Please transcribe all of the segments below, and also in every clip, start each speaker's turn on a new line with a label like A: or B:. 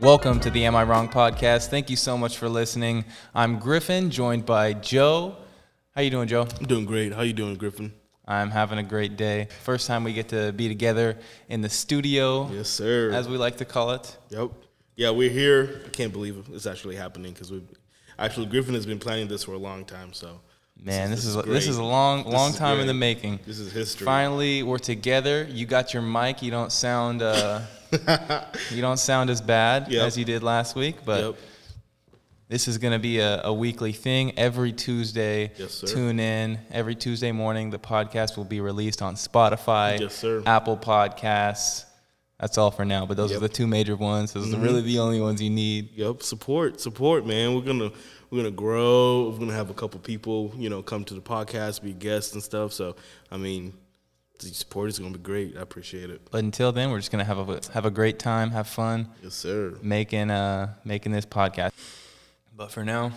A: Welcome to the Am I Wrong podcast. Thank you so much for listening. I'm Griffin, joined by Joe. How you doing, Joe?
B: I'm doing great. How you doing, Griffin?
A: I'm having a great day. First time we get to be together in the studio,
B: Yes, sir.
A: as we like to call it.
B: yep. Yeah, we're here. I can't believe it's actually happening because we actually Griffin has been planning this for a long time. So
A: Man, this,
B: This
A: is
B: is- this is
A: this is a
B: great.
A: long
B: This
A: long
B: is
A: time in
B: great.
A: the making.
B: this is history.
A: Finally, we're together. You got your mic. You don't sound uh, you don't sound as bad
B: Yep.
A: as you did last week, but
B: Yep.
A: this is going to be a, a weekly thing. Every Tuesday,
B: Yes, sir.
A: tune in. Every Tuesday morning, the podcast will be released on Spotify,
B: Yes, sir.
A: Apple Podcasts. That's all for now, but those
B: Yep. Mm-hmm.
A: are the two major ones. Those are really the only ones you need.
B: Yep. Support, support, man. We're gonna we're gonna grow. We're gonna have a couple people, you know, come to the podcast, be guests and stuff. So I mean, the support is gonna be great. I appreciate it.
A: But until then, we're just going to have a have a great time, have fun
B: Yes, sir.
A: making uh making this podcast. But for now,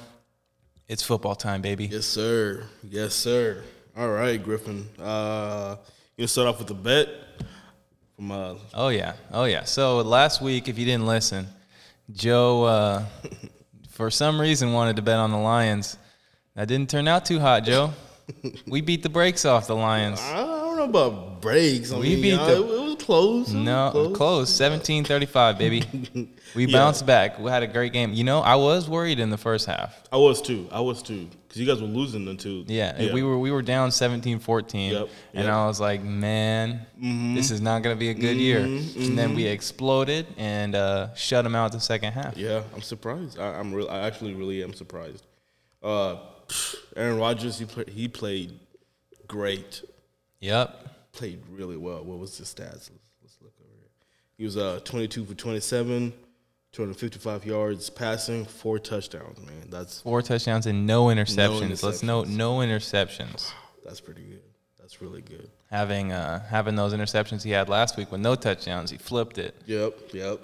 A: it's football time, baby.
B: Yes, sir. Yes, sir. All right, Griffin. Uh, you gonna start off with a bet from uh,
A: Oh yeah, oh yeah. So last week, if you didn't listen, Joe, uh, for some reason, wanted to bet on the Lions. That didn't turn out too hot, Joe. we beat the brakes off the Lions.
B: I don't know about breaks. I
A: We
B: mean,
A: beat
B: y'all,
A: the-
B: it was close. It was
A: No,
B: close.
A: close. Seventeen thirty-five, baby. We bounced back. We had a great game. You know, I was worried in the first half.
B: I was too. I was too. Because you guys were losing them too.
A: Yeah, and we were we were down 17-14,
B: Yep,
A: and
B: yep. Mm-hmm.
A: I was like, man, this is not going to be a good year. And then we exploded and uh, shut them out the second half.
B: Yeah, I'm surprised. I, I'm real. I actually really am surprised. Uh, Aaron Rodgers, he played. He played great.
A: Yep.
B: Played really well. What was his stats? Let's, let's look over here. He was uh 22 for 27, 255 yards passing, four touchdowns. Man, that's
A: four touchdowns and no interceptions. Let's
B: interceptions.
A: note no interceptions.
B: that's pretty good. That's really good.
A: Having uh, having those interceptions he had last week with no touchdowns, he flipped it.
B: Yep. Yep.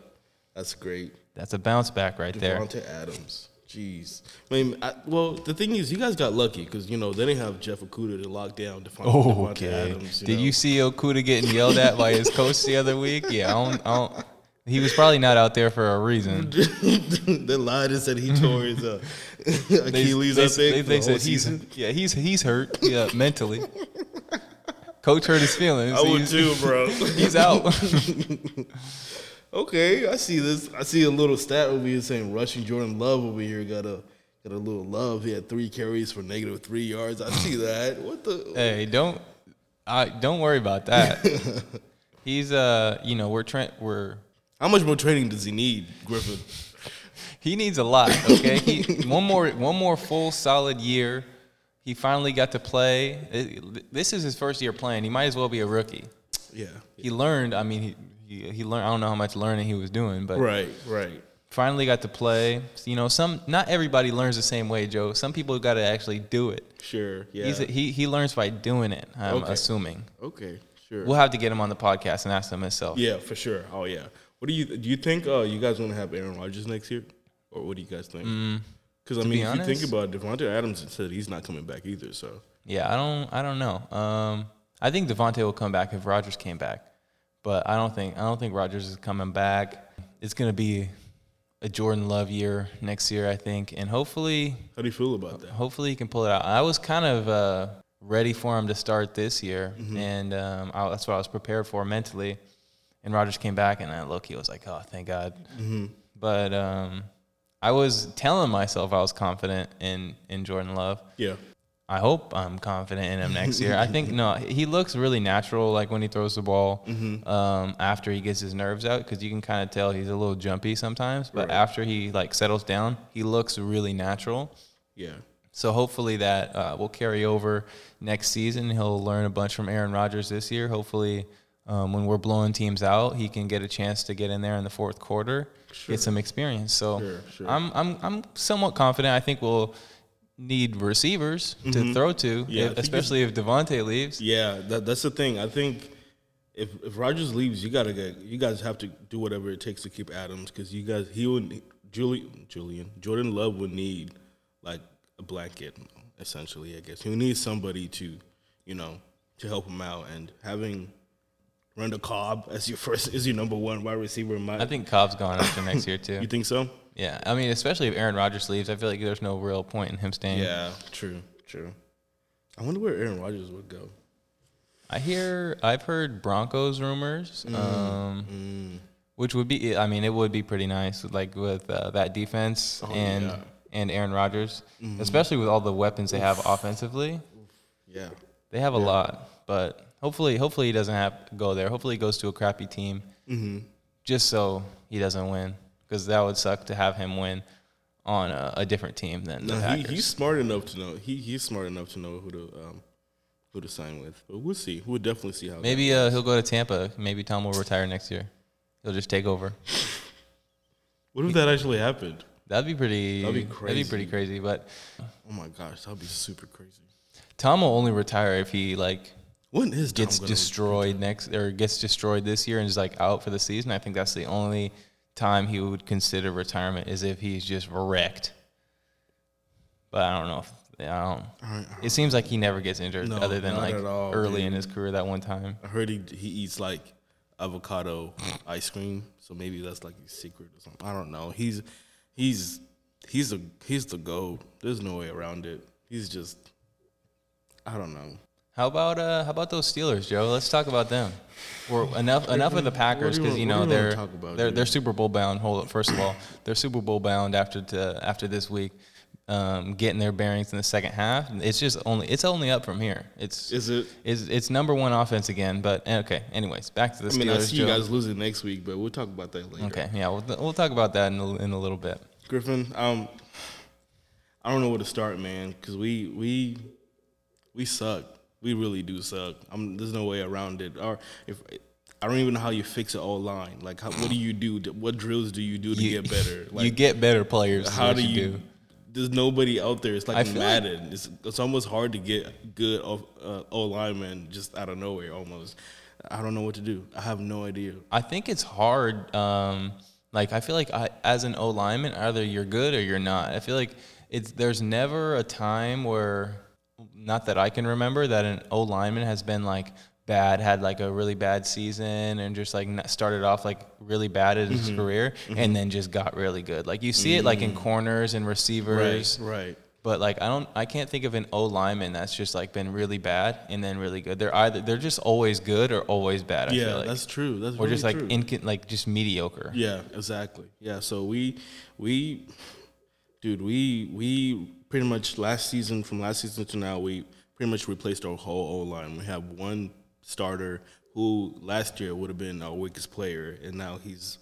B: That's great.
A: That's a bounce back right there.
B: Devonta Adams. Jeez. I mean, I, well, the thing is, you guys got lucky because you know they didn't have Jeff Okuda to lock down Devon, Devonta Adams.
A: Oh, Did
B: know.
A: you see Okuda getting yelled at by his coach the other week? Yeah, I don't, I don't, he was probably not out there for a reason.
B: they lied and said he tore his uh, Achilles. I
A: they,
B: think
A: they-
B: for
A: they
B: the whole
A: said he's
B: season.
A: yeah he's he's hurt yeah mentally. Coach hurt his feelings.
B: I would
A: he's,
B: too, bro.
A: he's out.
B: okay, I see this. I see a little stat over here saying rushing Jordan Love over here got a got a little love. He had three carries for negative three yards. I see that. What the?
A: Hey, don't I don't worry about that. He's uh, you know, we're tra- we're
B: How much more training does he need, Griffin?
A: he needs a lot, okay? He, one more one more full solid year. He finally got to play. It- This is his first year playing. He might as well be a rookie.
B: Yeah.
A: He learned, I mean, he he, he learned I don't know how much learning he was doing, but
B: Right. Right.
A: finally got to play. You know, some not everybody learns the same way, Joe. Some people got to actually do it.
B: Sure. Yeah.
A: He's he he learns by doing it, I'm
B: Okay.
A: assuming.
B: Okay, sure.
A: We'll have to get him on the podcast and ask him himself.
B: yeah, for sure. Oh yeah. What do you do? You think uh, you guys want to have Aaron Rodgers next year, or what do you guys think? Because I mean,
A: Mm, be
B: if you
A: honest-
B: think about it, Devontae Adams said he's not coming back either. So
A: Yeah, I don't I don't know. Um, I think Devontae will come back if Rogers came back, but I don't think I don't think Rogers is coming back. It's gonna be a Jordan Love year next year, I think, and hopefully
B: how do you feel about that?
A: hopefully he can pull it out. I was kind of uh, ready for him to start this year, and um, I, that's what I was prepared for mentally. And Rogers came back, and I look, he was like, "Oh, thank God." But um, I was telling myself I was confident in in Jordan Love.
B: Yeah,
A: I hope I'm confident in him next year. I think no, he looks really natural, like when he throws the ball. Um, after he gets his nerves out, because you can kind of tell he's a little jumpy sometimes. But after he like settles down, he looks really natural.
B: yeah,
A: So hopefully that uh, will carry over next season. He'll learn a bunch from Aaron Rodgers this year. Hopefully, um, when we're blowing teams out, he can get a chance to get in there in the fourth quarter, get some experience. So
B: Sure, sure.
A: I'm I'm I'm somewhat confident. I think we'll need receivers to throw to,
B: Mm-hmm. Yeah,
A: if-
B: I think
A: especially if Devontae leaves.
B: yeah. That, that's the thing. I think if if Rodgers leaves, you gotta get you guys have to do whatever it takes to keep Adams because you guys he would Julie Julian Jordan Love would need like a blanket essentially. I guess he needs somebody to you know to help him out and having Randall Cobb as your first as your number one wide receiver. In my,
A: I think Cobb's gone after next year too.
B: you think so?
A: Yeah, I mean, especially if Aaron Rodgers leaves, I feel like there's no real point in him staying.
B: Yeah, true, true. I wonder where Aaron Rodgers would go.
A: I hear I've heard Broncos rumors,
B: Mm,
A: um, which would be I mean it would be pretty nice with, like with uh, that defense and
B: Oh, yeah. Mm-hmm.
A: and Aaron Rodgers, especially with all the weapons they have offensively.
B: Yeah,
A: They have a lot, but hopefully hopefully he doesn't have to go there. Hopefully he goes to a crappy team,
B: Mm-hmm.
A: just so he doesn't win because that would suck to have him win on a, a different team than the
B: no, he,
A: Packers.
B: he's smart enough to know. He he's smart enough to know who to um, who to sign with. But we'll see. We'll definitely see how. that-
A: Maybe uh, he'll go to Tampa. Maybe Tom will retire next year. He'll just take over.
B: What if that actually happened?
A: That'd be pretty.
B: That'd be
A: pretty crazy. But
B: Oh my gosh, that'd be super crazy.
A: Tom will only retire if he like
B: When is Tom
A: gets
B: gonna-
A: destroyed next or gets destroyed this year and is like out for the season. I think that's the only time he would consider retirement is if he's just wrecked. But I don't know. If, I don't.
B: All right, all right.
A: It seems like he never gets injured
B: No,
A: other than
B: not
A: like
B: at all,
A: early
B: dude.
A: in his career that one time.
B: I heard he he eats like avocado ice cream, so maybe that's like his secret or something. I don't know. He's he's he's the he's the goat. There's no way around it. He's just I don't know.
A: How about uh how about those Steelers, Joe? Let's talk about them. Or enough enough of the Packers
B: you
A: because
B: wanna-
A: you
B: what do
A: know
B: you wanna
A: they're
B: talk about,
A: they're
B: dude?
A: they're Super Bowl bound. Hold up, first of all, they're Super Bowl bound after to, after this week, um, getting their bearings in the second half. It's just only it's only up from here. It's
B: Is it?
A: it's, it's number one offense again. But eh, okay, anyways, back to the
B: I mean,
A: Steelers,
B: I see
A: Joe.
B: you guys losing next week, but we'll talk about that later.
A: okay, yeah, we'll, we'll talk about that in a, in a little bit.
B: Griffin, um, I don't know where to start, man, because we we we suck. We really do suck. I'm, there's no way around it. Or if I don't even know how you fix it all line. Like, how, what do you do? to- What drills do you do to
A: You-
B: get better? Like,
A: you get better players. is
B: how
A: what
B: do you? There's nobody out there. It's
A: I
B: like
A: feel like-
B: Madden. it's, it's almost hard to get good off uh, O linemen just out of nowhere. Almost, I don't know what to do. I have no idea.
A: I think it's hard. Um, like I feel like I, as an O lineman, either you're good or you're not. I feel like it's there's never a time where, not that I can remember, that an O lineman has been like bad, had like a really bad season, and just like not- started off like really bad in
B: Mm-hmm.
A: his career, and then just got really good. Like you see it like in corners and receivers.
B: Mm. right.
A: But like I don't, I can't think of an O lineman that's just like been really bad and then really good. They're either they're just always good or always bad. I
B: Yeah,
A: feel like
B: that's true. That's
A: or just
B: really
A: like
B: true.
A: inc- like just mediocre.
B: Yeah, exactly. Yeah, so we we dude, we we pretty much last season from last season to now we pretty much replaced our whole O line. We have one starter who last year would have been our weakest player and now he's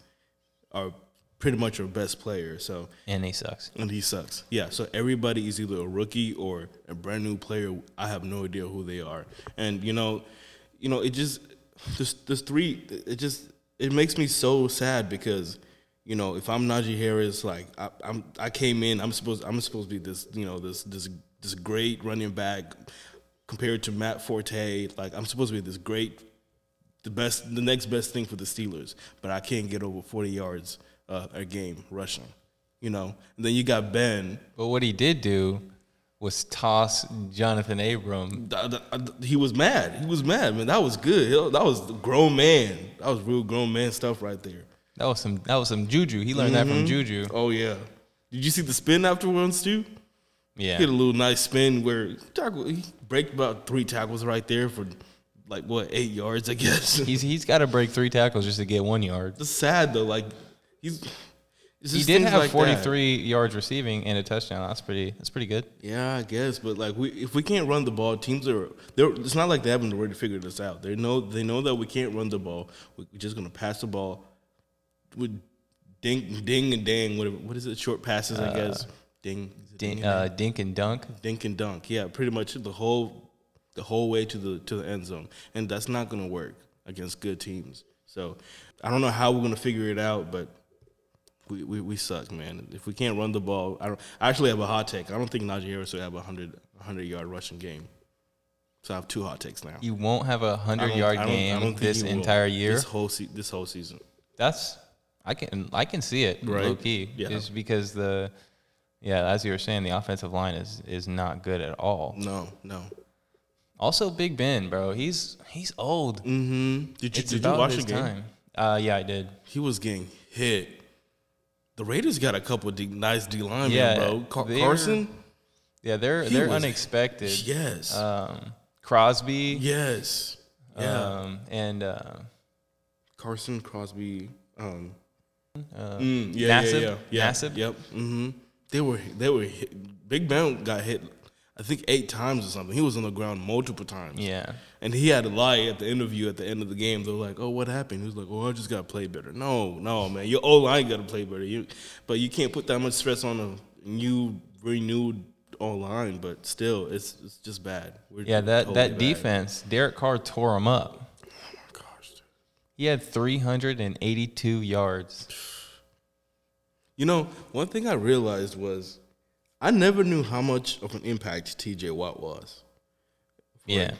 B: our pretty much our best player. So
A: And he sucks.
B: and he sucks. Yeah. So everybody is either a rookie or a brand new player. I have no idea who they are. And you know, you know, it just this this three. It just it makes me so sad because you know if I'm Najee Harris, like I, I'm I came in, I'm supposed I'm supposed to be this you know this this this great running back compared to Matt Forte. Like I'm supposed to be this great the best, the next best thing for the Steelers, but I can't get over 40 yards uh, a game rushing. You know, and then you got Ben.
A: But what he did do was toss Jonathan Abram.
B: Th- th- th- uh, He was mad. He was mad, man. That was good. Hell, That was the grown man. That was real grown man stuff right there.
A: That was some that was some juju. He learned that from juju.
B: Oh yeah. Did you see the spin afterwards too? He
A: Yeah.
B: had a little nice spin where tackle. He break about three tackles right there for like what eight yards, I guess.
A: He's he's got to break three tackles just to get one yard.
B: It's sad though. Like he's. it's
A: He
B: just
A: did
B: things
A: have
B: like that.
A: 43 yards receiving and a touchdown. That's pretty that's pretty good.
B: Yeah, I guess, but like we, if we can't run the ball, teams are. They're, it's not like they haven't already figured this out. They know they know that we can't run the ball. We're just gonna pass the ball with ding, ding, and dang. Whatever. What is it? Short passes, I guess. Ding, is it
A: Dink, uh, dink and dunk.
B: dink and dunk. Yeah, pretty much the whole the whole way to the to the end zone, and that's not gonna work against good teams. So I don't know how we're gonna figure it out, but we, we, we suck, man. If we can't run the ball, I don't. I actually have a hot take. I don't think Najee Harris will have a hundred hundred yard rushing game. So I have two hot takes now.
A: You won't have a
B: I don't-
A: 100 yard
B: I don't- I
A: game
B: don't think
A: this
B: he will.
A: entire year.
B: This whole se- this whole season.
A: That's I can I can see it
B: Right.
A: low key.
B: Yeah.
A: Just because the yeah, as you were saying, the offensive line is is not good at all.
B: No, no.
A: Also, Big Ben, bro, he's he's old.
B: Mm-hmm. Did you,
A: It's
B: did you
A: about
B: watch the
A: his
B: game?
A: time. Uh, yeah, I did.
B: He was getting hit. The Raiders got a couple of D, nice D linemen,
A: Yeah,
B: bro. Car-
A: they're-
B: Carson,
A: Yeah, they're
B: He
A: they're
B: was-
A: unexpected.
B: yes,
A: Um, Crosby.
B: yes, yeah.
A: Um, and uh,
B: Carson Crosby, um,
A: uh,
B: mm, yeah, yeah,
A: Nassib?
B: yeah, yeah,
A: Nassib?
B: Yep. hmm They were they were hit. Big Ben got hit. I think eight times or something. He was on the ground multiple times.
A: yeah,
B: And he had to lie at the interview at the end of the game. They were like, "Oh, what happened?" He was like, "Oh, I just got to play better." No, no, man, your O line got to play better. You, but you can't put that much stress on a new renewed O line. But still, it's it's just bad. We're
A: yeah. That
B: totally
A: that
B: bad.
A: defense, Derek Carr tore him up.
B: Oh my gosh. dude.
A: He had 382 yards.
B: You know, one thing I realized was I never knew how much of an impact T.J. Watt was
A: Yeah,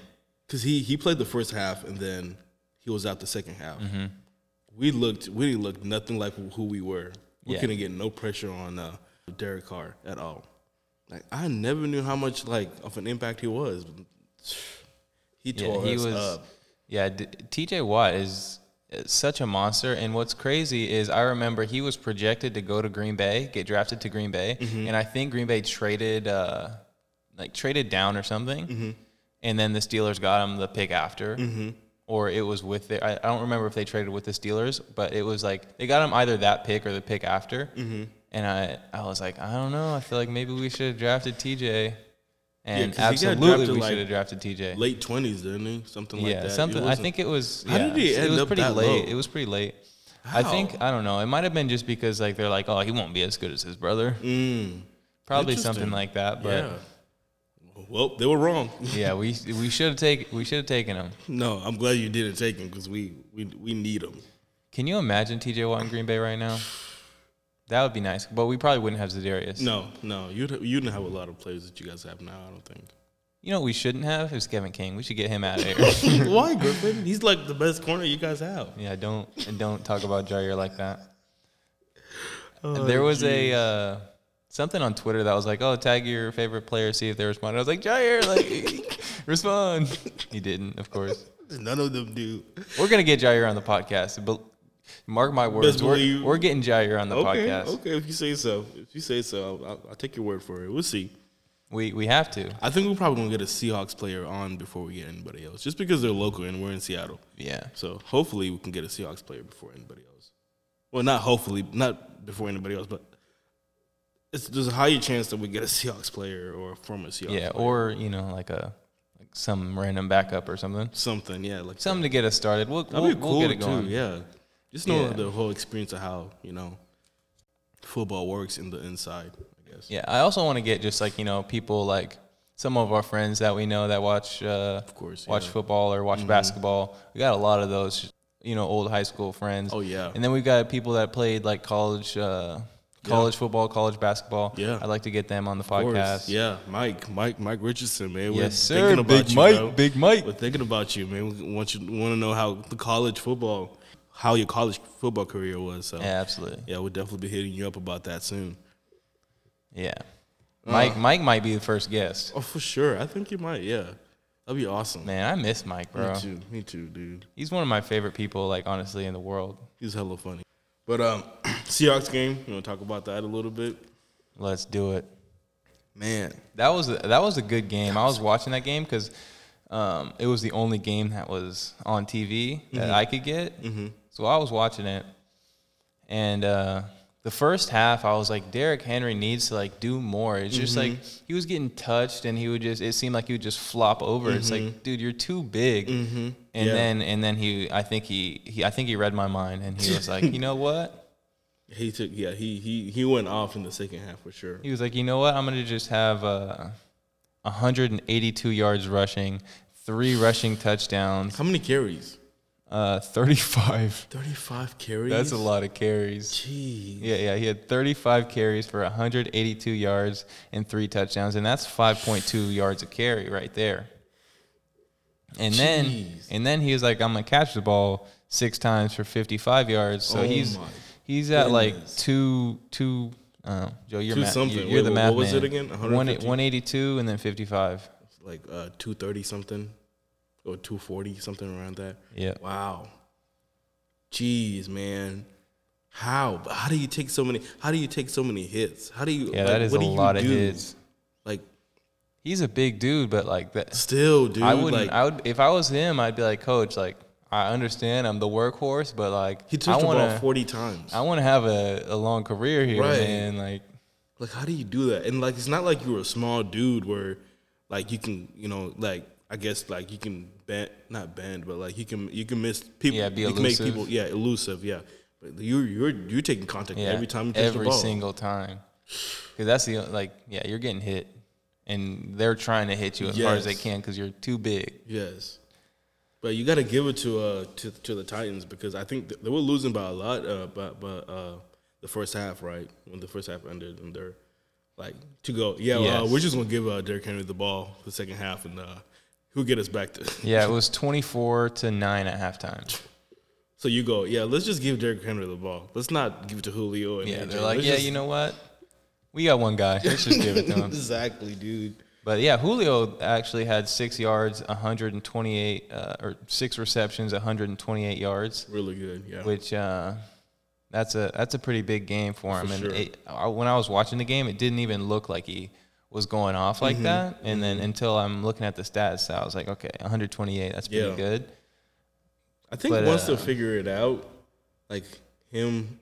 B: because he he played the first half and then he was out the second half.
A: Mm-hmm.
B: We looked we looked nothing like who we were. We
A: Yeah.
B: couldn't get no pressure on uh, Derek Carr at all. Like I never knew how much like of an impact he was. He
A: yeah.
B: tore
A: He
B: us
A: was.
B: up.
A: Yeah, D- T.J. Watt is uh, such a monster. And what's crazy is I remember he was projected to go to Green Bay, get drafted to Green Bay,
B: Mm-hmm.
A: and I think Green Bay traded, uh, like traded down or something,
B: Mm-hmm.
A: and then the Steelers got him the pick after. Or it was with the, I I don't remember if they traded with the Steelers, but it was like they got him either that pick or the pick after.
B: Mm-hmm.
A: And I, I was like, I don't know. I feel like maybe we should have drafted TJ. And
B: 'cause he got
A: absolutely,
B: drafted,
A: we
B: like,
A: should have drafted TJ
B: Late twenties, didn't he? Something like
A: yeah,
B: that. It
A: something. I
B: wasn't-
A: think it was.
B: How
A: yeah,
B: did he
A: it
B: end
A: was
B: up
A: pretty
B: that
A: late.
B: low?
A: It was pretty late. I think I don't know. It might have been just because like they're like, oh, he won't be as good as his brother.
B: Mm,
A: Probably
B: Interesting.
A: something like that.
B: yeah.
A: But
B: Well, they were wrong.
A: yeah, we we should have taken we should have taken him.
B: No, I'm glad you didn't take him because we, we we need him.
A: Can you imagine T.J. Watt in Green Bay right now? That would be nice, but we probably wouldn't have Zadarius.
B: No, no, you you didn't have a lot of players that you guys have now. I don't think.
A: You know what we shouldn't have is Kevin King. We should get him out of here.
B: Why Griffin? He's like the best corner you guys have.
A: yeah, don't and don't talk about Jair like that.
B: Oh,
A: there was a uh, something on Twitter that was like, "Oh, tag your favorite player, see if they respond." I was like, "Jair, like, respond." He didn't, of course.
B: None of them do.
A: We're gonna get Jair on the podcast, but mark my words,
B: Best
A: we're,
B: believe.
A: we're getting Jair on the
B: Okay,
A: podcast.
B: okay. If you say so, if you say so, I'll, I'll, I'll take your word for it. We'll see.
A: We we have to.
B: I think we're probably gonna get a Seahawks player on before we get anybody else, just because they're local and we're in Seattle.
A: Yeah,
B: So hopefully we can get a Seahawks player before anybody else. Well, not hopefully, not before anybody else, but it's, there's a higher chance that we get a Seahawks player or a former Seahawks.
A: yeah, or you know, like a like some random backup or something,
B: something. Yeah, like
A: something to get us started. We'll
B: that'd
A: we'll,
B: be
A: we'll
B: cool
A: get it
B: too.
A: going.
B: Yeah, just know
A: Yeah.
B: the whole experience of how you know football works in the inside. I guess.
A: Yeah, I also want to get just like you know people like some of our friends that we know that watch uh, of
B: course,
A: watch
B: yeah. Mm-hmm.
A: football or watch basketball. We got a lot of those, you know, old high school friends.
B: Oh, yeah.
A: and then we've got people that played like college uh, college football, college basketball.
B: Yeah.
A: I'd like to get them on the
B: Of course.
A: podcast.
B: Yeah, Mike, Mike, Mike Richardson, man. We're
A: Yes, sir.
B: thinking about
A: Big
B: you,
A: Mike,
B: bro.
A: Big Mike.
B: We're thinking about you, man. We want you want to know how the college football, how your college football career was. So
A: Yeah, absolutely.
B: Yeah, we'll definitely be hitting you up about that soon.
A: Yeah,
B: Uh.
A: Mike Mike might be the first guest.
B: Oh, for sure. I think you might. Yeah, that'd be awesome.
A: Man, I miss Mike, bro.
B: Me too. Me too, dude.
A: He's one of my favorite people, like honestly, in the world.
B: He's hella funny. But um, Seahawks game. You want to talk about that a little bit?
A: Let's do it.
B: Man,
A: That was that was a good game. I was watching that game because um, it was the only game that was on TV that I could get. So I was watching it, and uh, the first half I was like, Derrick Henry needs to like do more. It's just like he was getting touched, and he would just it seemed like he would just flop over. It's like, dude, you're too big. And
B: Yeah.
A: then and then he I think he, he I think he read my mind, and he was like, you know what?
B: he took. Yeah, he he he went off in the second half for sure.
A: He was like, you know what? I'm gonna just have uh, 182 yards rushing, three rushing touchdowns,
B: How many carries?
A: uh, 35.
B: Thirty-five carries.
A: That's a lot of carries.
B: Jeez.
A: Yeah, yeah. He had 35 carries for 182 yards and three touchdowns, and that's 5.2 yards a carry right there. And then,
B: Jeez.
A: and then he was like, I'm gonna catch the ball six times for 55 yards. So
B: Oh
A: he's
B: my
A: he's at like
B: goodness.
A: two two. Uh, Joe, you're
B: Two
A: math,
B: something.
A: You're,
B: Wait,
A: the
B: what
A: math
B: was it
A: man.
B: again?
A: One-
B: 150?
A: 182 and then 55.
B: like uh, two thirty something or two forty something around that.
A: Yeah.
B: Wow. Jeez, man. How how do you take so many? How do you take so many hits? How do you?
A: Yeah,
B: like,
A: that is a
B: what do you
A: lot of
B: do?
A: hits.
B: Like
A: He's a big dude, but like that,
B: still, dude.
A: I wouldn't.
B: like,
A: I would if I was him. I'd be like, Coach, like I understand I'm the workhorse, but like
B: he took
A: I
B: the
A: wanna,
B: ball forty times.
A: I want to have a, a long career here,
B: Right.
A: man. Like
B: like how do you do that and like it's not like you were a small dude where like you can you know like i guess like you can bend not bend but like you can you can miss people
A: Yeah, be
B: you can make
A: elusive.
B: people yeah elusive yeah but you you're you're taking contact
A: yeah,
B: every time you touch
A: every
B: the ball
A: single time, because that's the like yeah, you're getting hit, and they're trying to hit you as hard as they
B: Yes.
A: can because you're too big.
B: yes but you got to give it to uh to to the titans because i think th- they were losing by a lot uh but but uh the first half right when the first half ended and they're like to go yeah well, uh,
A: Yes.
B: we're just gonna give uh Derrick henry the ball for the second half and uh who'll get us back to
A: Yeah, it was 24 to nine at halftime.
B: So you go, yeah, let's just give Derrick Henry the ball. Let's not give it to Julio. And
A: Yeah,
B: AJ.
A: they're like,
B: Let's
A: yeah,
B: just-
A: you know what? We got one guy. Let's just give it to him.
B: exactly, dude.
A: But yeah, Julio actually had six yards, 128, uh, or six receptions, 128 yards,
B: Really good, yeah.
A: which uh, that's a that's a pretty big game for him. and
B: sure.
A: it, I, when I was watching the game, it didn't even look like he was going off like
B: Mm-hmm.
A: that. And then until I'm looking at the stats, I was like, okay, 128, that's pretty
B: Yeah.
A: good.
B: I think
A: but,
B: once
A: uh,
B: they figure it out, like him,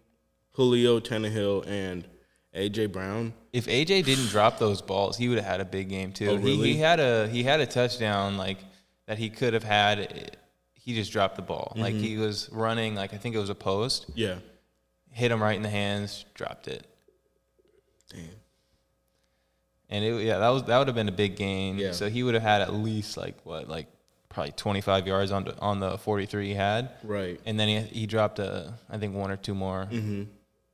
B: Julio Tannehill, and AJ Brown.
A: if AJ didn't drop those balls, he would have had a big game too.
B: Oh,
A: he,
B: really?
A: he had a he had a touchdown like that he could have had. He just dropped the ball. Like
B: Mm-hmm.
A: he was running like I think it was a post,
B: Yeah.
A: hit him right in the hands, dropped it,
B: Damn.
A: and it yeah that was that would have been a big game.
B: Yeah.
A: So he would have had at least like what like probably 25 yards on the, on the 43 he had,
B: Right.
A: and then he he dropped a I think one or two more.
B: Mm-hmm.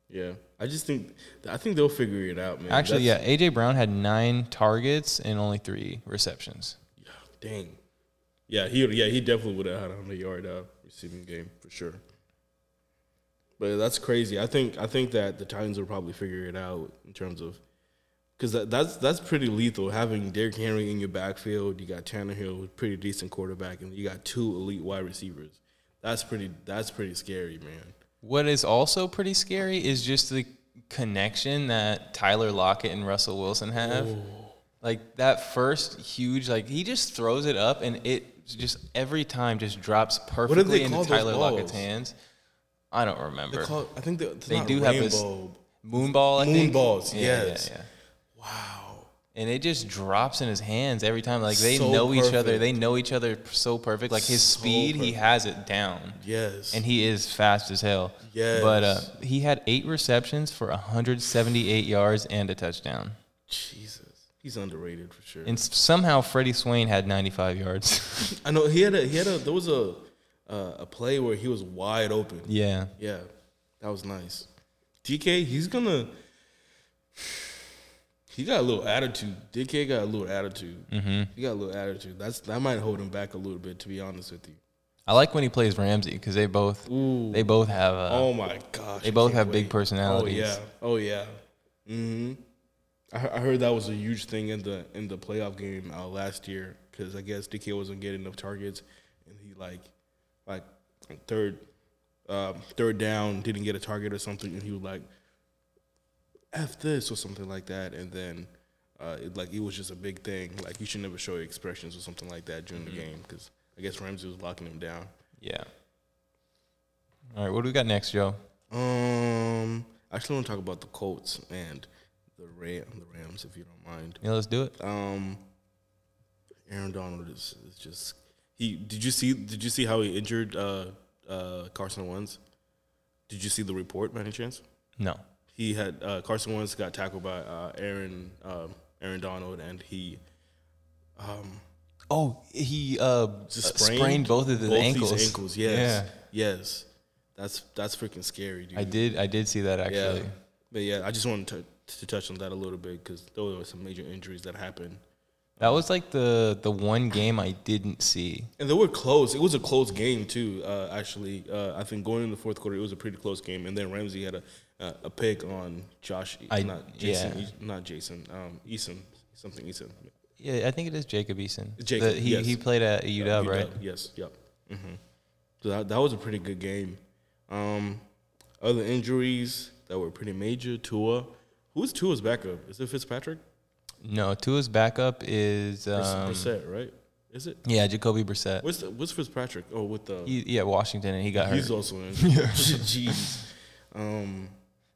B: Yeah. I just think I think they'll figure it out, man.
A: Actually,
B: That's-
A: yeah, AJ Brown had nine targets and only three receptions.
B: Dang. Yeah, he yeah he definitely would have had a hundred yard uh, receiving game for sure. But that's crazy. I think I think that the Titans will probably figure it out in terms of because that, that's that's pretty lethal having Derrick Henry in your backfield. You got Tannehill, who's a pretty decent quarterback, and you got two elite wide receivers. That's pretty that's pretty scary, man.
A: What is also pretty scary is just the connection that Tyler Lockett and Russell Wilson have. Like that first huge, like he just throws it up and it just every time just drops
B: they
A: perfectly into
B: call those
A: Tyler Lockett's
B: balls?
A: hands. I don't remember.
B: They call, I think they,
A: They do have this- Moonball, I
B: Moon
A: think.
B: balls,
A: Yeah,
B: yes.
A: yeah, yeah.
B: Wow.
A: And it just drops in his hands every time. Like they
B: So
A: know each other.
B: perfect.
A: They know each other so perfect. Like his
B: So
A: speed, he has it down.
B: Yes.
A: and he is fast as hell.
B: Yes.
A: But uh, he had eight receptions for 178 yards and a touchdown.
B: Jesus, he's underrated for sure.
A: And s- somehow Freddie Swain had 95 yards.
B: I know he had a he had a there was a uh, a play where he was wide open. Yeah.
A: yeah.
B: that was nice. DK, he's gonna. He got a little attitude. DK got a little attitude.
A: Mm-hmm.
B: He got a little attitude. That's that might hold him back a little bit, to be honest with you.
A: I like when he plays Ramsey because they both
B: Ooh.
A: they both have uh,
B: oh my gosh,
A: they
B: I
A: both
B: can't
A: have big
B: wait.
A: personalities.
B: Oh yeah, oh yeah. hmm I, he- I heard that was a huge thing in the in the playoff game uh, last year because I guess DK wasn't getting enough targets, and he like like third um, third down didn't get a target or something, and he was like f this or something like that, and then. Uh, it, like it was just a big thing. Like you should never show your expressions or something like that during the game because I guess Ramsey was locking him down.
A: Yeah. All right, what do we got next, Joe?
B: Um, I actually want to talk about the Colts and the Ram, the Rams, if you don't mind.
A: Yeah, let's do it.
B: Um, Aaron Donald is, is just he. Did you see? Did you see how he injured uh, uh, Carson Wentz? Did you see the report by any chance?
A: No.
B: He had uh, Carson Wentz got tackled by uh, Aaron um, Aaron Donald, and he um,
A: Oh, he uh,
B: just
A: sprained,
B: sprained,
A: both of the
B: both
A: ankles.
B: These ankles, yes, yes. That's that's freaking scary, dude.
A: I did. I did see that
B: Yeah.
A: actually.
B: But yeah, I just wanted to, to touch on that a little bit because those were some major injuries that happened.
A: That was like the the one game I didn't see.
B: And they were close. It was a close game, too, uh, actually. Uh, I think going in the fourth quarter, it was a pretty close game. And then Ramsey had a uh, a pick on Josh, E,
A: I-
B: not Jason,
A: yeah.
B: not Jason, um, Eason, something Eason.
A: Yeah, I think it is Jacob Eason.
B: Jacob,
A: The- he
B: yes.
A: he played at UW, right?
B: Yes. Yep. hmm So that, that was a pretty good game. Um, other injuries that were pretty major. Tua, who's Tua's backup? Is it Fitzpatrick?
A: No, Tua's backup is
B: It's
A: um,
B: Brissett, right? Is it?
A: yeah Jacoby Brissett.
B: What's the, what's Fitzpatrick? Oh, with the
A: He, yeah, Washington, and he got hurt.
B: he's also in. Jeez. Um,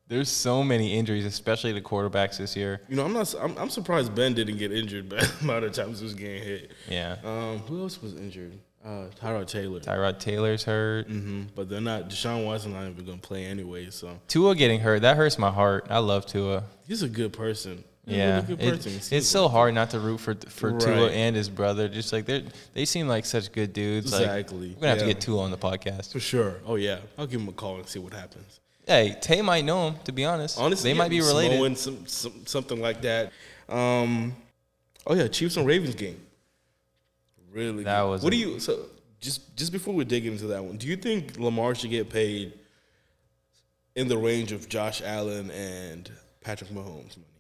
A: There's so many injuries, especially to quarterbacks this year.
B: you know, I'm not. su- I'm, I'm surprised Ben didn't get injured by by the time he was getting hit.
A: Yeah,
B: Um, who else was injured? Uh, Tyrod Taylor.
A: Tyrod Taylor's hurt.
B: hmm But they're not. Deshaun Watson not even gonna play anyway. So
A: Tua getting hurt that hurts my heart. I love Tua.
B: he's a good person. He's a
A: Yeah,
B: really good
A: it-
B: person.
A: it's so hard not to root for for Tua
B: Right.
A: and his brother. Just like they they seem like such good dudes.
B: Exactly,
A: Like, we're gonna have to
B: yeah.
A: get Tua on the podcast.
B: for sure. Oh yeah, I'll give him a call and see what happens.
A: Hey, Tay might know him. To be honest,
B: Honestly,
A: they
B: yeah,
A: might be related.
B: Samoan, some, some, something like that. Um, oh yeah, Chiefs and Ravens game. Really,
A: That
B: good.
A: was
B: What
A: a-
B: do you so? Just just before we dig into that one, do you think Lamar should get paid in the range of Josh Allen and Patrick Mahomes money?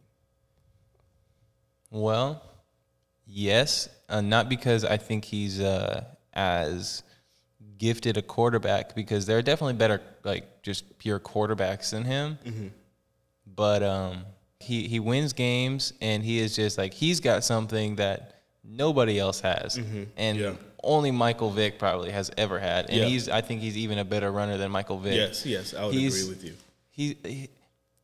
A: Well, yes, uh, not because I think he's uh, as gifted a quarterback, because there are definitely better, like just pure quarterbacks than him.
B: Mm-hmm.
A: But um, he he wins games, and he is just like he's got something that nobody else has, and
B: Mm-hmm. Yeah.
A: only Michael Vick probably has ever had. And
B: Yeah.
A: he's I think he's even a better runner than Michael Vick.
B: Yes, yes, I would
A: He's-
B: agree with you.
A: He, he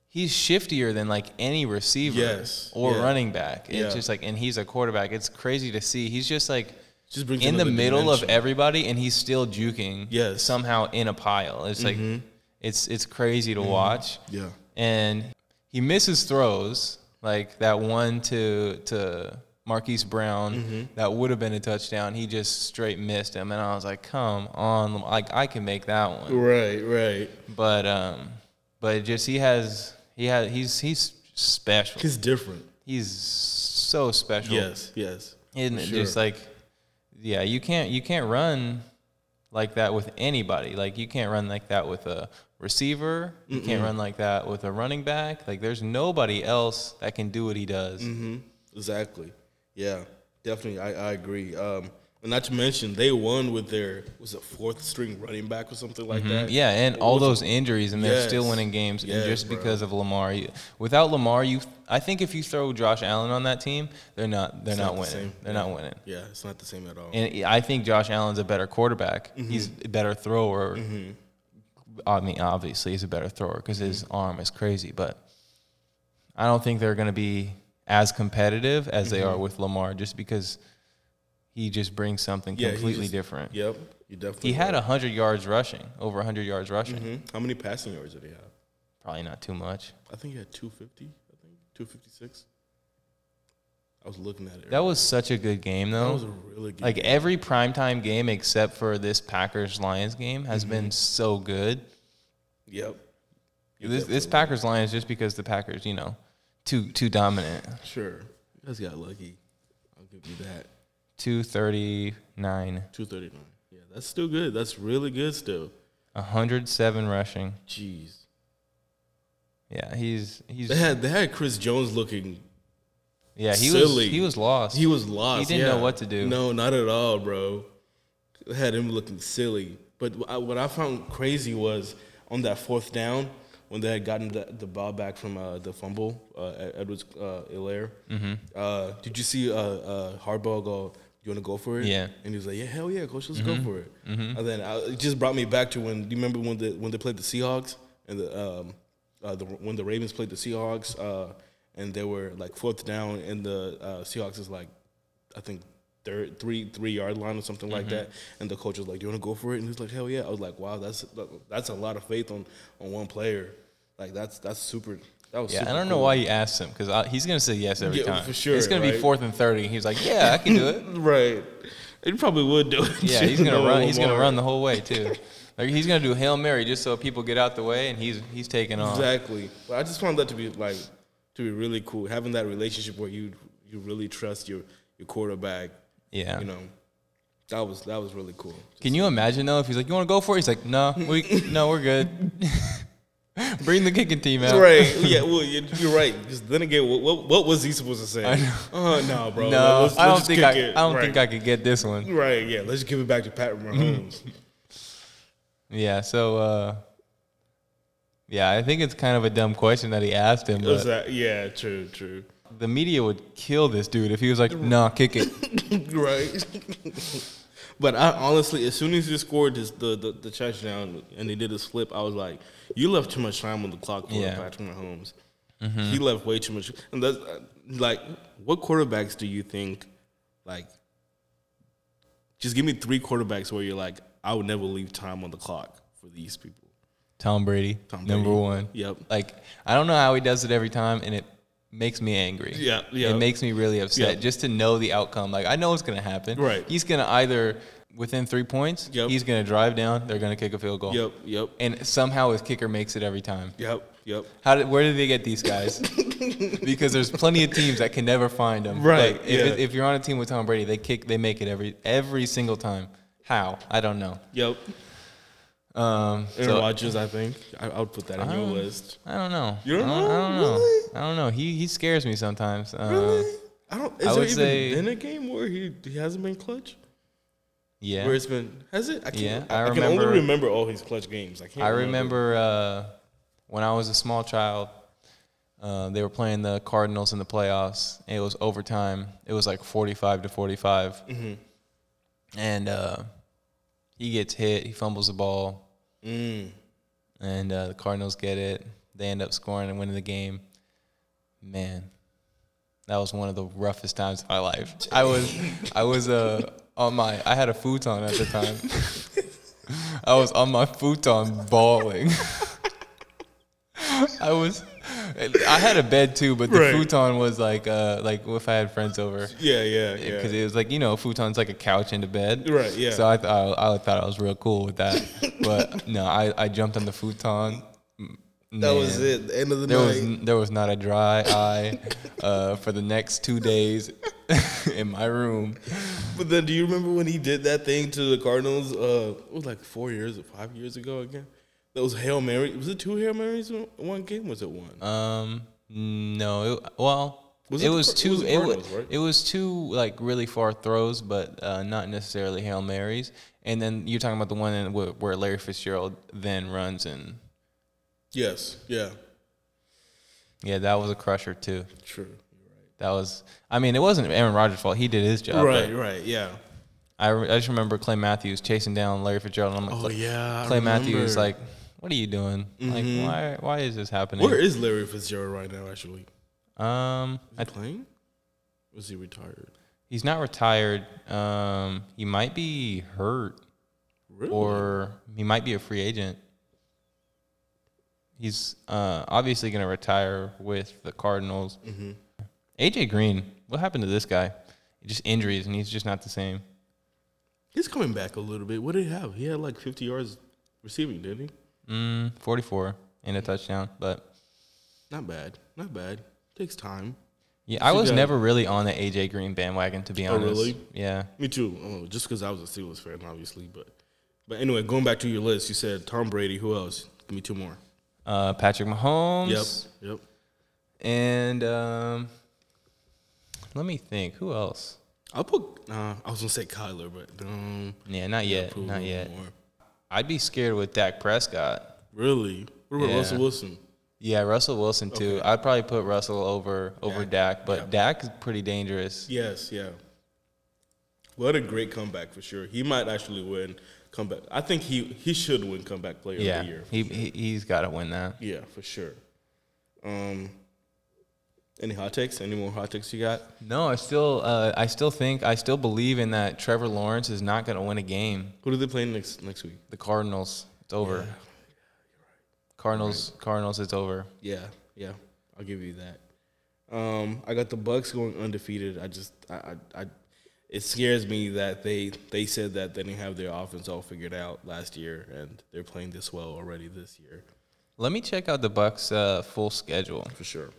A: he's shiftier than like any receiver
B: Yes,
A: or
B: yeah.
A: running back. It's
B: Yeah.
A: just like and he's a quarterback. It's crazy to see. He's just like
B: Just brings
A: in the
B: another
A: middle
B: dimension.
A: of everybody and he's still juking
B: Yes. Mm-hmm.
A: somehow in a pile. It's like it's it's crazy to watch.
B: Yeah.
A: And he misses throws like that one to to Marquise Brown
B: Mm-hmm.
A: that would have been a touchdown. He just straight missed him and I was like, "Come on, like I can make that one."
B: Right, right.
A: but um, but just he has he has he's he's special.
B: He's different.
A: He's so special.
B: Yes, yes.
A: and
B: for
A: just
B: sure.
A: like yeah, you can't you can't run like that with anybody. Like you can't run like that with a receiver. You can't run like that with a running back. Like there's nobody else that can do what he does.
B: Mm-hmm. Exactly. Yeah, definitely. I, I agree. Um, and not to mention, they won with their was it fourth string running back or something like that.
A: Mm-hmm. Yeah, and all those injuries, and they're still
B: Yes.
A: winning games, and
B: Yes,
A: just
B: bro.
A: because of Lamar. You, without Lamar, you, I think if you throw Josh Allen on that team, they're not, they're not,
B: not the
A: winning.
B: same.
A: They're not winning.
B: Yeah, it's not the same at all.
A: And I think Josh Allen's a better quarterback.
B: Mm-hmm.
A: He's a better thrower. I mean, obviously, he's a better thrower because his
B: Mm-hmm.
A: arm is crazy. But I don't think they're going to be as competitive as they
B: Mm-hmm.
A: are with Lamar just because he just brings something
B: Yeah, he
A: completely
B: just-
A: different.
B: Yep, you definitely.
A: He had 100 yards rushing, over 100 yards rushing.
B: hmm How many passing yards did he have?
A: Probably not too much.
B: I think he had two fifty. I think two fifty six. I was looking at it.
A: That was such a good game,
B: that
A: though.
B: was a really good.
A: like every primetime game except for this Packers Lions game has
B: Mm-hmm.
A: been so good.
B: yep. You
A: This, this Packers Lions just because the Packers, you know, too too dominant.
B: definitely- sure. You guys got lucky. I'll give you that.
A: Two thirty nine,
B: Two thirty nine. Yeah, that's still good. That's really good still.
A: hundred seven rushing.
B: Jeez.
A: Yeah, he's he's
B: They had they had Chris Jones looking.
A: yeah he was
B: silly.
A: he was lost.
B: He was lost.
A: He didn't know
B: yeah.
A: what to do.
B: No, not at all, bro. They had him looking silly. But wh- I- what I found crazy was on that fourth down when they had gotten the, the ball back from uh, the fumble, uh, Ed- Edwards uh, Hilaire. Uh, did you see uh, uh, Harbaugh go? You want to go for it?
A: Yeah.
B: And he was like, "Yeah, hell yeah, coach, let's go for it." And then I, it just brought me back to when. Do you remember when the when they played the Seahawks and the um, uh, the when the Ravens played the Seahawks uh, and they were like fourth down and the uh, Seahawks is like, I think third three three yard line or something
A: Mm-hmm.
B: like that. And the coach was like, "Do you want to go for it?" And he's like, "Hell yeah!" I was like, "Wow, that's that's a lot of faith on on one player. Like that's that's super." That was
A: yeah,
B: super
A: I don't know
B: cool.
A: why you asked him because he's gonna say yes every
B: Yeah,
A: time.
B: for sure,
A: it's gonna be
B: right?
A: fourth and thirty. He's like, yeah, I can do it.
B: Right. He probably would do it.
A: Yeah, he's gonna
B: No,
A: run. He's gonna
B: Lamar.
A: run the whole way too. Like he's gonna do hail mary just so people get out the way, and he's he's taking off.
B: Exactly. But I just found that to be like to be really cool. Having that relationship where you you really trust your your quarterback.
A: Yeah.
B: You know, that was that was really cool.
A: Can you imagine though if he's like, "You want to go for it?" He's like, "No, we no, we're good." Bring the kicking team out.
B: Right. Yeah. Well, you're, you're right. Because then again, what, what what was he supposed to say? Oh no, bro.
A: No,
B: let's- let's
A: I don't
B: just
A: think
B: kick
A: I,
B: it.
A: I don't
B: Right.
A: think I could get this one.
B: Right. Yeah. Let's give it back to Pat Mahomes.
A: Yeah. So, uh, yeah, I think it's kind of a dumb question that he asked him.
B: Was
A: But
B: that? Yeah. True. True.
A: the media would kill this dude if he was like, "Nah, kick it."
B: right. but I honestly, as soon as he scored this, the, the the touchdown and they did a slip, I was like, "You left too much time on the clock for
A: Yeah. Mm-hmm.
B: Patrick Mahomes. He left way too much." And that's uh, like, what quarterbacks do you think? Like, just give me three quarterbacks where you're like, I would never leave time on the clock for these people.
A: Tom Brady,
B: Tom
A: number
B: Brady.
A: one.
B: Yep.
A: Like I don't know how he does it every time, and it makes me angry.
B: Yeah, yeah.
A: It makes me really upset
B: Yeah.
A: just to know the outcome. Like I know it's gonna happen.
B: Right.
A: He's gonna either within three points,
B: Yep.
A: he's gonna drive down. They're gonna kick a field goal.
B: Yep. Yep.
A: And somehow his kicker makes it every time.
B: Yep. Yep.
A: How did, where did they get these guys? because there's plenty of teams that can never find them.
B: Right,
A: Like, if, it-
B: yeah.
A: if you're on a team with Tom Brady, they kick, they make it every every single time. How? I don't know.
B: Yep.
A: Um,
B: Aaron
A: so
B: Rodgers, I think I, I would put that on your
A: Um,
B: list.
A: I don't know.
B: You don't
A: I don't, I
B: know?
A: don't know.
B: Really?
A: I don't know. He he scares me sometimes. Uh,
B: I don't. Is
A: I
B: there
A: would
B: even
A: say-
B: been a game where he, he hasn't been clutch?
A: Yeah.
B: Where it's been has it? I can,
A: Yeah,
B: I,
A: I
B: I can
A: remember-
B: only remember all his clutch games. I can't.
A: I remember uh, when I was a small child, uh, they were playing the Cardinals in the playoffs. and It was overtime. It was like 45 to 45. And uh, he gets hit. He fumbles the ball.
B: Mm.
A: And uh, the Cardinals get it. They end up scoring and winning the game. Man, that was one of the roughest times of my life. I was, I was uh, on my, I had a futon at the time. I was on my futon bawling. I was, I had a bed too, but the
B: Right.
A: futon was like, uh, like if I had friends over,
B: Yeah, yeah, yeah.
A: because it was like you know, a futon's like a couch into bed,
B: Right, yeah.
A: So I, th- I, I thought I was real cool with that, but no, I, I jumped on the futon. M-
B: that was
A: man.
B: it. The end of the
A: There was
B: night.
A: n- there was not a dry eye uh, for the next two days in my room.
B: but then, do you remember when he did that thing to the Cardinals? Uh, it was like four years or five years ago again. That was hail mary. Was it two hail marys in one game? Was it one?
A: Um, no, it, well,
B: Was
A: it,
B: it the
A: was
B: Car- it
A: two.
B: was the
A: It was,
B: Cardinals, right?
A: it was two like really far throws, but uh, not necessarily hail marys. And then you're talking about the one in, wh- where Larry Fitzgerald then runs and
B: yes. Yeah.
A: yeah, that was a crusher too.
B: True.
A: That was. I mean, it wasn't Aaron Rodgers' fault. He did his job.
B: Right.
A: but
B: Right. Yeah.
A: I, re- I just remember Clay Matthews chasing down Larry Fitzgerald. And I'm like,
B: Oh
A: Clay,
B: yeah. I
A: Clay Matthews,
B: remember. Mm-hmm.
A: like, what are you doing? Like, why why is this happening?
B: where is Larry Fitzgerald right now? Actually,
A: um,
B: is he playing? Was he retired?
A: he's not retired. Um, he might be hurt.
B: Really?
A: or he might be a free agent. He's uh, obviously going to retire with the Cardinals.
B: Mm-hmm.
A: AJ Green, what happened to this guy? Just injuries, and he's just not the same.
B: he's coming back a little bit. What did he have? He had like 50 yards receiving, didn't he?
A: Mm, 44 and a touchdown, but
B: Not bad. Not bad. Takes time.
A: yeah, I
B: Good
A: was
B: guy.
A: never really on the AJ Green bandwagon to be
B: Oh,
A: honest.
B: really?
A: Yeah,
B: Me too. Oh, just because I was a Steelers fan, obviously. But but anyway, going back to your list, you said Tom Brady. Who else? Give me two more.
A: uh, Patrick
B: Yep.
A: Mahomes.
B: Yep.
A: And um, let me think, who else?
B: I'll put. Uh, I was gonna say Kyler, but um,
A: Yeah, not yet,
B: put
A: not
B: one
A: yet.
B: more.
A: I'd be scared with Dak Prescott.
B: Really? What about
A: Yeah.
B: Russell Wilson?
A: Yeah, Russell Wilson too. I'd probably put Russell over over Dak, but Dak is pretty dangerous.
B: Yes. Yeah. What a great comeback for sure. He might actually win comeback. I think he he should win comeback player
A: Yeah,
B: of the year.
A: he, he he's got to win that.
B: Yeah, for sure. Um, any hot takes? Any more hot takes you got?
A: No, I still uh, I still think I still believe in that. Trevor Lawrence is not going to win a game.
B: Who do they play next next week?
A: The Cardinals, it's over. Cardinals, Cardinals, it's over.
B: Yeah, yeah, I'll give you that. Um, I got the Bucks going undefeated. I just, I, I, I it scares me that they they said that they didn't have their offense all figured out last year, and they're playing this well already this year
A: Let me check out the Bucks' uh, full schedule
B: for sure.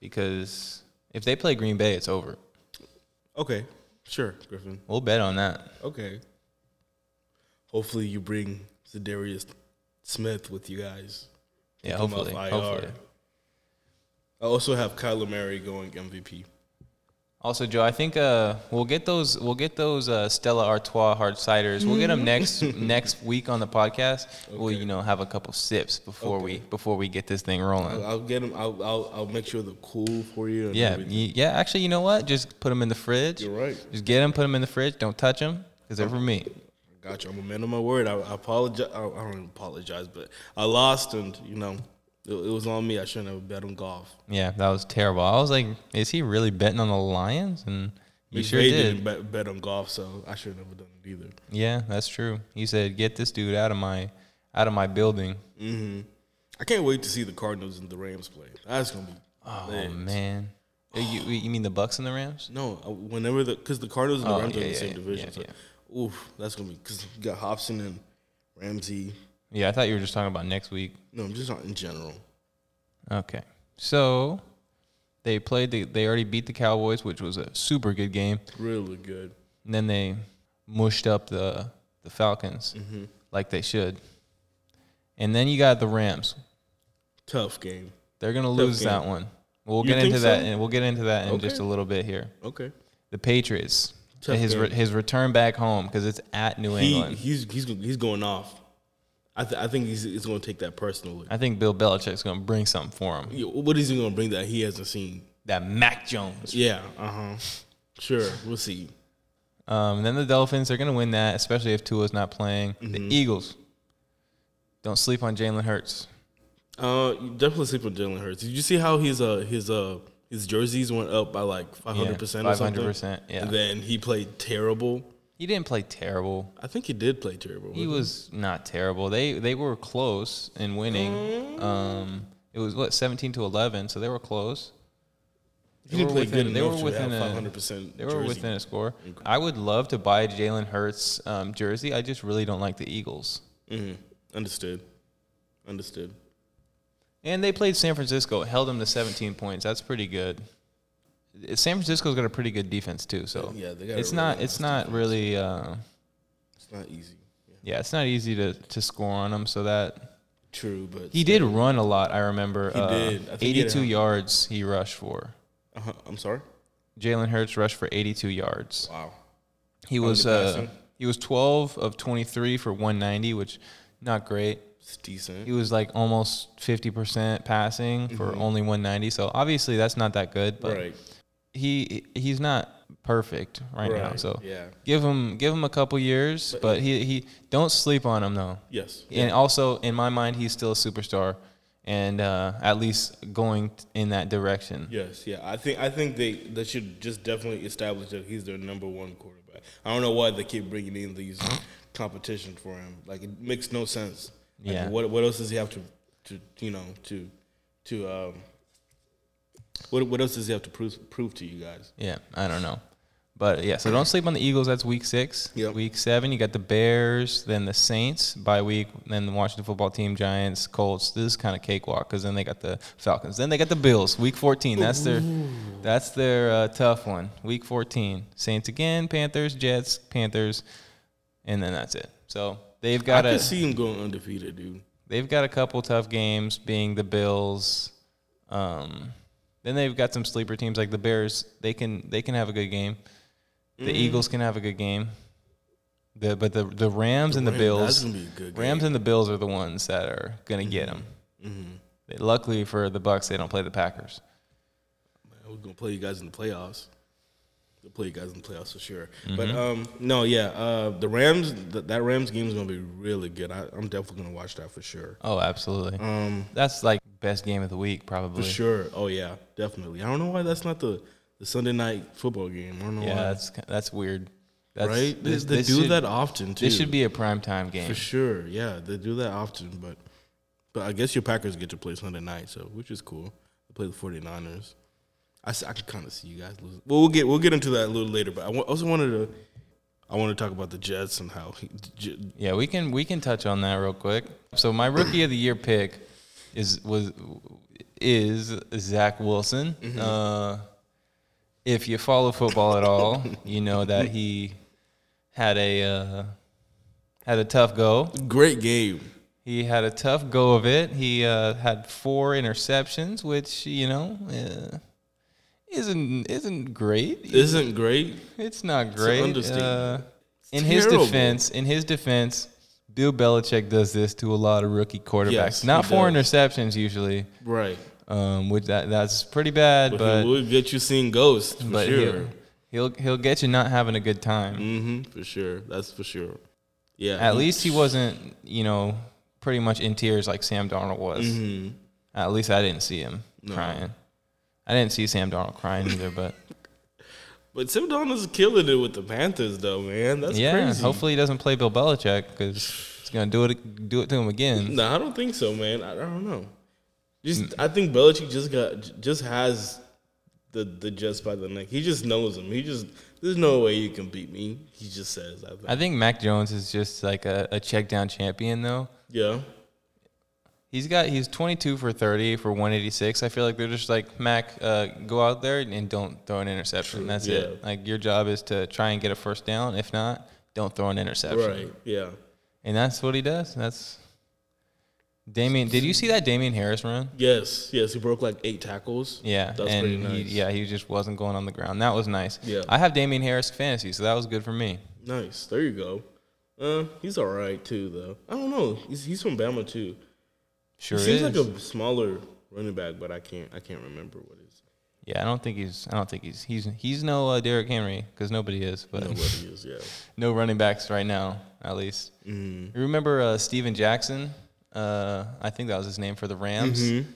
A: because if they play Green Bay, it's over.
B: Okay, sure, Griffin.
A: We'll bet on that.
B: Okay. Hopefully, you bring Zadarius Smith with you guys.
A: Yeah,
B: him off
A: hopefully,
B: IR.
A: hopefully.
B: I also have Kyler Murray going MVP.
A: Also, Joe, I think uh, we'll get those we'll get those uh, Stella Artois hard ciders. We'll get them next next week on the podcast. We'll you know have a couple sips before we before we get this thing rolling.
B: I'll- I'll get him. I'll, I'll I'll make sure they're cool for you. And
A: yeah,
B: everything.
A: y- yeah. Actually, you know what? Just put them in the fridge.
B: You're right.
A: Just get them, put them in the fridge. Don't touch them because they're for me.
B: Gotcha. I'm a man of my word. I, I apologize. I, I don't apologize, but I lost, and you know, it, it was on me. I shouldn't have bet on golf.
A: Yeah, that was terrible. I was like, is he really betting on the Lions? And you sure
B: McVay
A: did.
B: didn't bet, bet on golf, so I shouldn't have done it either.
A: Yeah, that's true. He said, "Get this dude out of my out of my building."
B: I can't wait to see the Cardinals and the Rams play. That's gonna be.
A: Oh
B: lit.
A: man, Uh, you you mean the Bucks and the Rams?
B: No, I- whenever the because the Cardinals and the
A: Oh,
B: Rams are
A: yeah,
B: in the
A: yeah,
B: same
A: yeah,
B: division.
A: yeah,
B: so, oof, that's gonna be because you got Hobson and Ramsey.
A: Yeah, I thought you were just talking about next week.
B: No, I'm just not in general.
A: Okay, so they played. The, they already beat the Cowboys, which was a super good game,
B: Really good.
A: and then they mushed up the the Falcons like they should. And then you got the Rams.
B: Tough game.
A: They're gonna lose
B: game.
A: that one. We'll
B: You
A: get
B: think
A: into that,
B: so?
A: and we'll get into that in just a
B: Okay.
A: little bit here.
B: Okay.
A: The Patriots,
B: Tough
A: his
B: game.
A: re- his return back home because it's at New
B: He,
A: England.
B: he's he's he's going off. I th- I think he's, he's going to take that personally.
A: I think Bill Belichick's going to bring something for him.
B: Yeah, What is he going to bring that he hasn't seen?
A: That Mac Jones.
B: Yeah. Uh huh. Sure. We'll see.
A: Um, then the Dolphins, they're going to win that, especially if Tua's not playing.
B: Mm-hmm.
A: The Eagles, don't sleep on Jalen Hurts.
B: Uh, you definitely sleep with Jalen Hurts. Did you see how his uh his uh his jerseys went up by like five hundred percent or something?
A: 500%, yeah.
B: And then he played terrible.
A: He didn't play terrible.
B: I think he did play terrible.
A: He was not terrible. They they were close in winning. Um, it was what seventeen to eleven, so they were close.
B: He didn't
A: were
B: play
A: within-
B: good
A: they
B: enough
A: were
B: to have
A: within a-
B: five hundred percent.
A: They were within a score. I would love to buy Jalen Hurts um, jersey. I just really don't like the Eagles.
B: Understood. Understood.
A: And they played San Francisco, held them to 17 points. That's pretty good. Uh, San Francisco's got a pretty good defense too, so
B: Yeah, they got a
A: it's
B: really
A: not
B: nice
A: it's not really uh,
B: It's not easy. Yeah.
A: yeah it's not easy to, to score on them. So that
B: True, but
A: he did run a lot. I remember he
B: did. I think he had
A: 82
B: a-
A: yards he rushed for. Uh-huh.
B: uh I'm sorry.
A: Jalen Hurts rushed for 82 yards.
B: Wow.
A: He was
B: did I
A: uh,
B: see?
A: he was 12 of 23 for 190, which not great.
B: It's decent.
A: He was like almost 50% passing for only 190. So obviously that's not that good, but
B: Mm-hmm. right.
A: he he's not perfect right, now.
B: Right,
A: So
B: yeah.
A: give him give him a couple years, but, he he don't sleep on him though.
B: Yes.
A: And also in my mind, he's still a superstar, and uh, at least going t- in that direction.
B: Yes, yeah. I think I think they, they should just definitely establish that he's their number one quarterback. I don't know why they keep bringing in these competition for him. Like it makes no sense. Like,
A: Yeah.
B: What what else does he have to to you know to to um what what else does he have to prove prove to you guys?
A: Yeah, I don't know, but yeah. So don't sleep on the Eagles. That's week six.
B: Yep.
A: Week seven, you got the Bears, then the Saints by week, then the Washington Football Team, Giants, Colts. This is kind of cakewalk because then they got the Falcons, then they got the Bills. Week fourteen, that's their that's their uh, tough one. Week fourteen, Saints again, Panthers, Jets, Panthers, and then that's it. So they've
B: I
A: got
B: can
A: a
B: see him going undefeated, dude.
A: they've got a couple tough games, being the Bills. Um, then they've got some sleeper teams like the Bears. They can they can have a good game. The Eagles can have a good game. The but the the Rams and the
B: Ram- That's
A: Bills, Mm-hmm.
B: gonna be a good game.
A: Rams and the Bills are the ones that are gonna get 'em. get them. Luckily for the Bucks, they don't play the Packers.
B: Man, we're gonna play you guys in the playoffs. We'll play you guys in the playoffs for sure. But
A: Mm-hmm.
B: um, no, yeah, uh, the Rams. Th- that Rams game is gonna be really good. I, I'm definitely gonna watch that for sure.
A: Oh, absolutely. That's like best game of Um, the week, probably.
B: For sure. Oh yeah, definitely. I don't know why that's not the, the Sunday night football game. I don't know
A: Yeah,
B: why.
A: that's that's weird. That's,
B: right? They-
A: This,
B: they
A: this
B: do
A: should,
B: that often too.
A: This should be a prime time game.
B: for sure. Yeah, they do that often. But but I guess your Packers get to play Sunday night, so which is cool. They play the 49ers. I, s- I could kind of see you guys losing. Well, we'll get we'll get into that a little later. But I wa- also wanted to I want to talk about the Jets and how he, J-
A: Yeah, we can we can touch on that real quick. So my rookie of the year pick is was is Zach Wilson. Uh, if you follow football at all, you know that he had a uh, had a tough go.
B: great game.
A: He had a tough go of it. He uh, had four interceptions, which you know uh, isn't isn't great.
B: Isn't great.
A: It's not great.
B: understatement.
A: Uh, in
B: It's
A: his
B: terrible.
A: defense, in his defense, Bill Belichick does this to a lot of rookie quarterbacks.
B: Yes, he
A: not four
B: does.
A: interceptions usually,
B: Right.
A: um, which that that's pretty bad.
B: But,
A: But
B: he will get you seeing ghosts for
A: but
B: sure.
A: he'll, he'll he'll get you not having a good time.
B: hmm for sure. That's for sure. Yeah.
A: At least he wasn't, you know, pretty much in tears like Sam Darnold was.
B: Mm-hmm.
A: At least I didn't see him crying. I didn't see Sam Darnold crying either, but
B: But Sam Donald's killing it with the Panthers, though, man. That's
A: yeah.
B: crazy.
A: Hopefully he doesn't play Bill Belichick because he's gonna do it do it to him again.
B: No, I don't think so, man. I, I don't know. Just, I think Belichick just got j- just has the the just by the neck. He just knows him. He just there's no way you can beat me. He just says, I think.
A: I think Mac Jones is just like a, a check down champion though.
B: yeah,
A: He's got he's 22 for 30 for 186. I feel like they're just like Mac, uh, go out there and don't throw an interception. That's it.
B: yeah.
A: Like your job is to try and get a first down. If not, don't throw an interception.
B: right. Yeah,
A: And that's what he does. That's Damien. Did you see that Damien Harris run?
B: yes, yes. He broke like eight tackles.
A: Yeah,
B: that's
A: and
B: pretty nice.
A: he, yeah, he just wasn't going on the ground. That was nice.
B: Yeah.
A: I have Damien Harris fantasy, so that was good for me.
B: Nice. There you go. Uh, he's all right too, though. I don't know. He's he's from Bama too.
A: Sure
B: he
A: is.
B: seems like a smaller running back, but I can't I can't remember what his
A: yeah, I don't think he's. I don't think he's. He's he's no uh, Derrick Henry because nobody is. But
B: what he is. Yeah.
A: no running backs right now, at least.
B: Mm.
A: You remember uh, Steven Jackson? Uh, I think that was his name for the Rams.
B: Mm-hmm.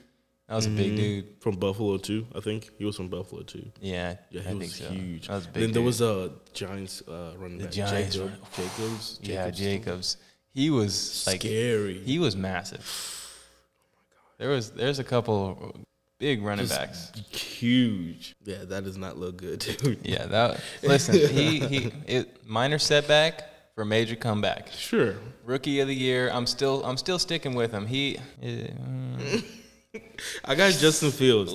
A: That was a big dude.
B: From Buffalo too, I think he was from Buffalo too.
A: Yeah,
B: Yeah, he
A: I
B: was
A: think so.
B: huge.
A: That was a
B: And
A: big.
B: then there
A: dude.
B: was a Giants uh, running back,
A: Giants
B: Jacob,
A: run-
B: Jacobs.
A: yeah
B: Jacobs.
A: Jacobs. He was like
B: scary. Oh
A: He was massive. There was there's a couple big running backs.
B: huge. Yeah, that does not look good, dude.
A: Yeah, that listen, he he it minor setback for major comeback.
B: Sure.
A: Rookie of the year. I'm still I'm still sticking with him. He eh, mm,
B: I got Justin Fields.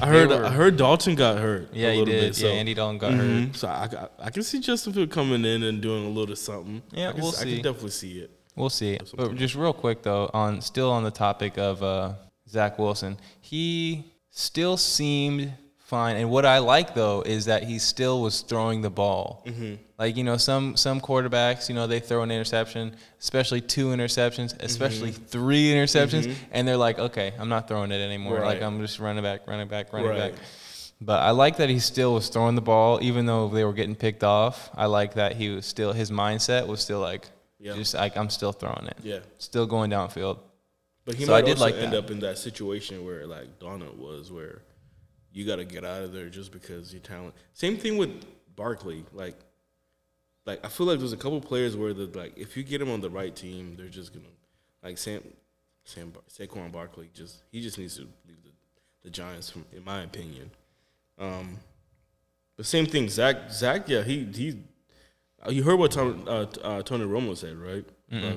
B: I
A: They
B: heard.
A: were-
B: I heard Dalton got hurt.
A: yeah,
B: a
A: he
B: little
A: did.
B: Bit, so.
A: yeah, Andy Dalton got hurt.
B: Mhm. So I, got- I can see Justin Fields coming in and doing a little something.
A: Yeah,
B: I can,
A: we'll
B: I can
A: see.
B: definitely see it.
A: We'll see. But just real quick though, on still on the topic of uh, Zach Wilson, he still seemed fine. And what I like though is that he still was throwing the ball.
B: Mm-hmm.
A: Like you know, some some quarterbacks, you know, they throw an interception, especially two interceptions, especially
B: Mm-hmm.
A: three interceptions, and they're like, okay, I'm not throwing it anymore. Like
B: Right.
A: I'm just running back, running back, running
B: Right.
A: back. But I like that he still was throwing the ball, even though they were getting picked off. I like that he was still his mindset was still like,
B: Yeah.
A: just like I'm still throwing it,
B: Yeah.
A: still going downfield.
B: But he
A: So
B: might
A: I did
B: also
A: like
B: end
A: that.
B: up in that situation where like Donald was, where you got to get out of there just because you're talented. Same thing with Barkley. Like, like I feel like there's a couple players where the like if you get him on the right team, they're just gonna like Sam, Sam Bar- Saquon Barkley. Just he just needs to leave the, the Giants, from, in my opinion. Um, but same thing, Zach. Zach, yeah, he he. uh, You heard what Tom, uh, t- uh, Tony Romo said, right? Uh,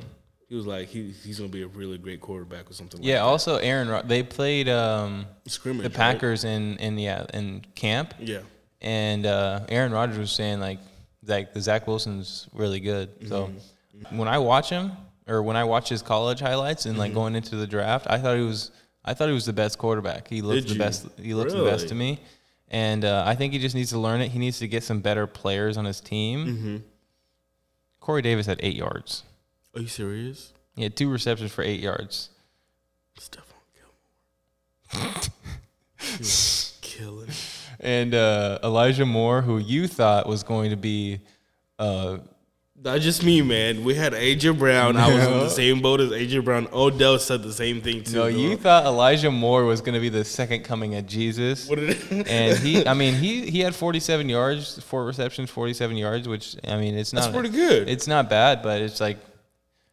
B: he was like he he's gonna be a really great quarterback or something.
A: Yeah.
B: like
A: Also, Aaron, Rod- they played um,
B: that. scrimmage.
A: the
B: right?
A: Packers in in yeah in camp,
B: Yeah,
A: and uh, Aaron Rodgers was saying like like the Zach Wilson's really good. So
B: Mm-hmm.
A: when I watch him or when I watch his college highlights and like
B: Mm-hmm.
A: going into the draft, I thought he was I thought he was the best quarterback. He looked
B: Did
A: the
B: you?
A: best. He looked the best to me, and uh, I think he just needs to learn it. He needs to get some better players on his team.
B: Mm-hmm.
A: Corey Davis had eight yards.
B: are you serious?
A: He had two receptions for eight yards.
B: Stephon Gilmore, killing. it.
A: and uh, Elijah Moore, who you thought was going to be, uh,
B: Not just me, man. We had AJ Brown. I was in the same boat as AJ Brown. Odell said the same thing too.
A: no, you
B: dog.
A: thought Elijah Moore was going to be the second coming of Jesus.
B: What did-
A: and he, I mean, he he had 47 yards, four receptions, 47 yards, which I mean, it's not
B: That's pretty good.
A: It's not bad, but it's like,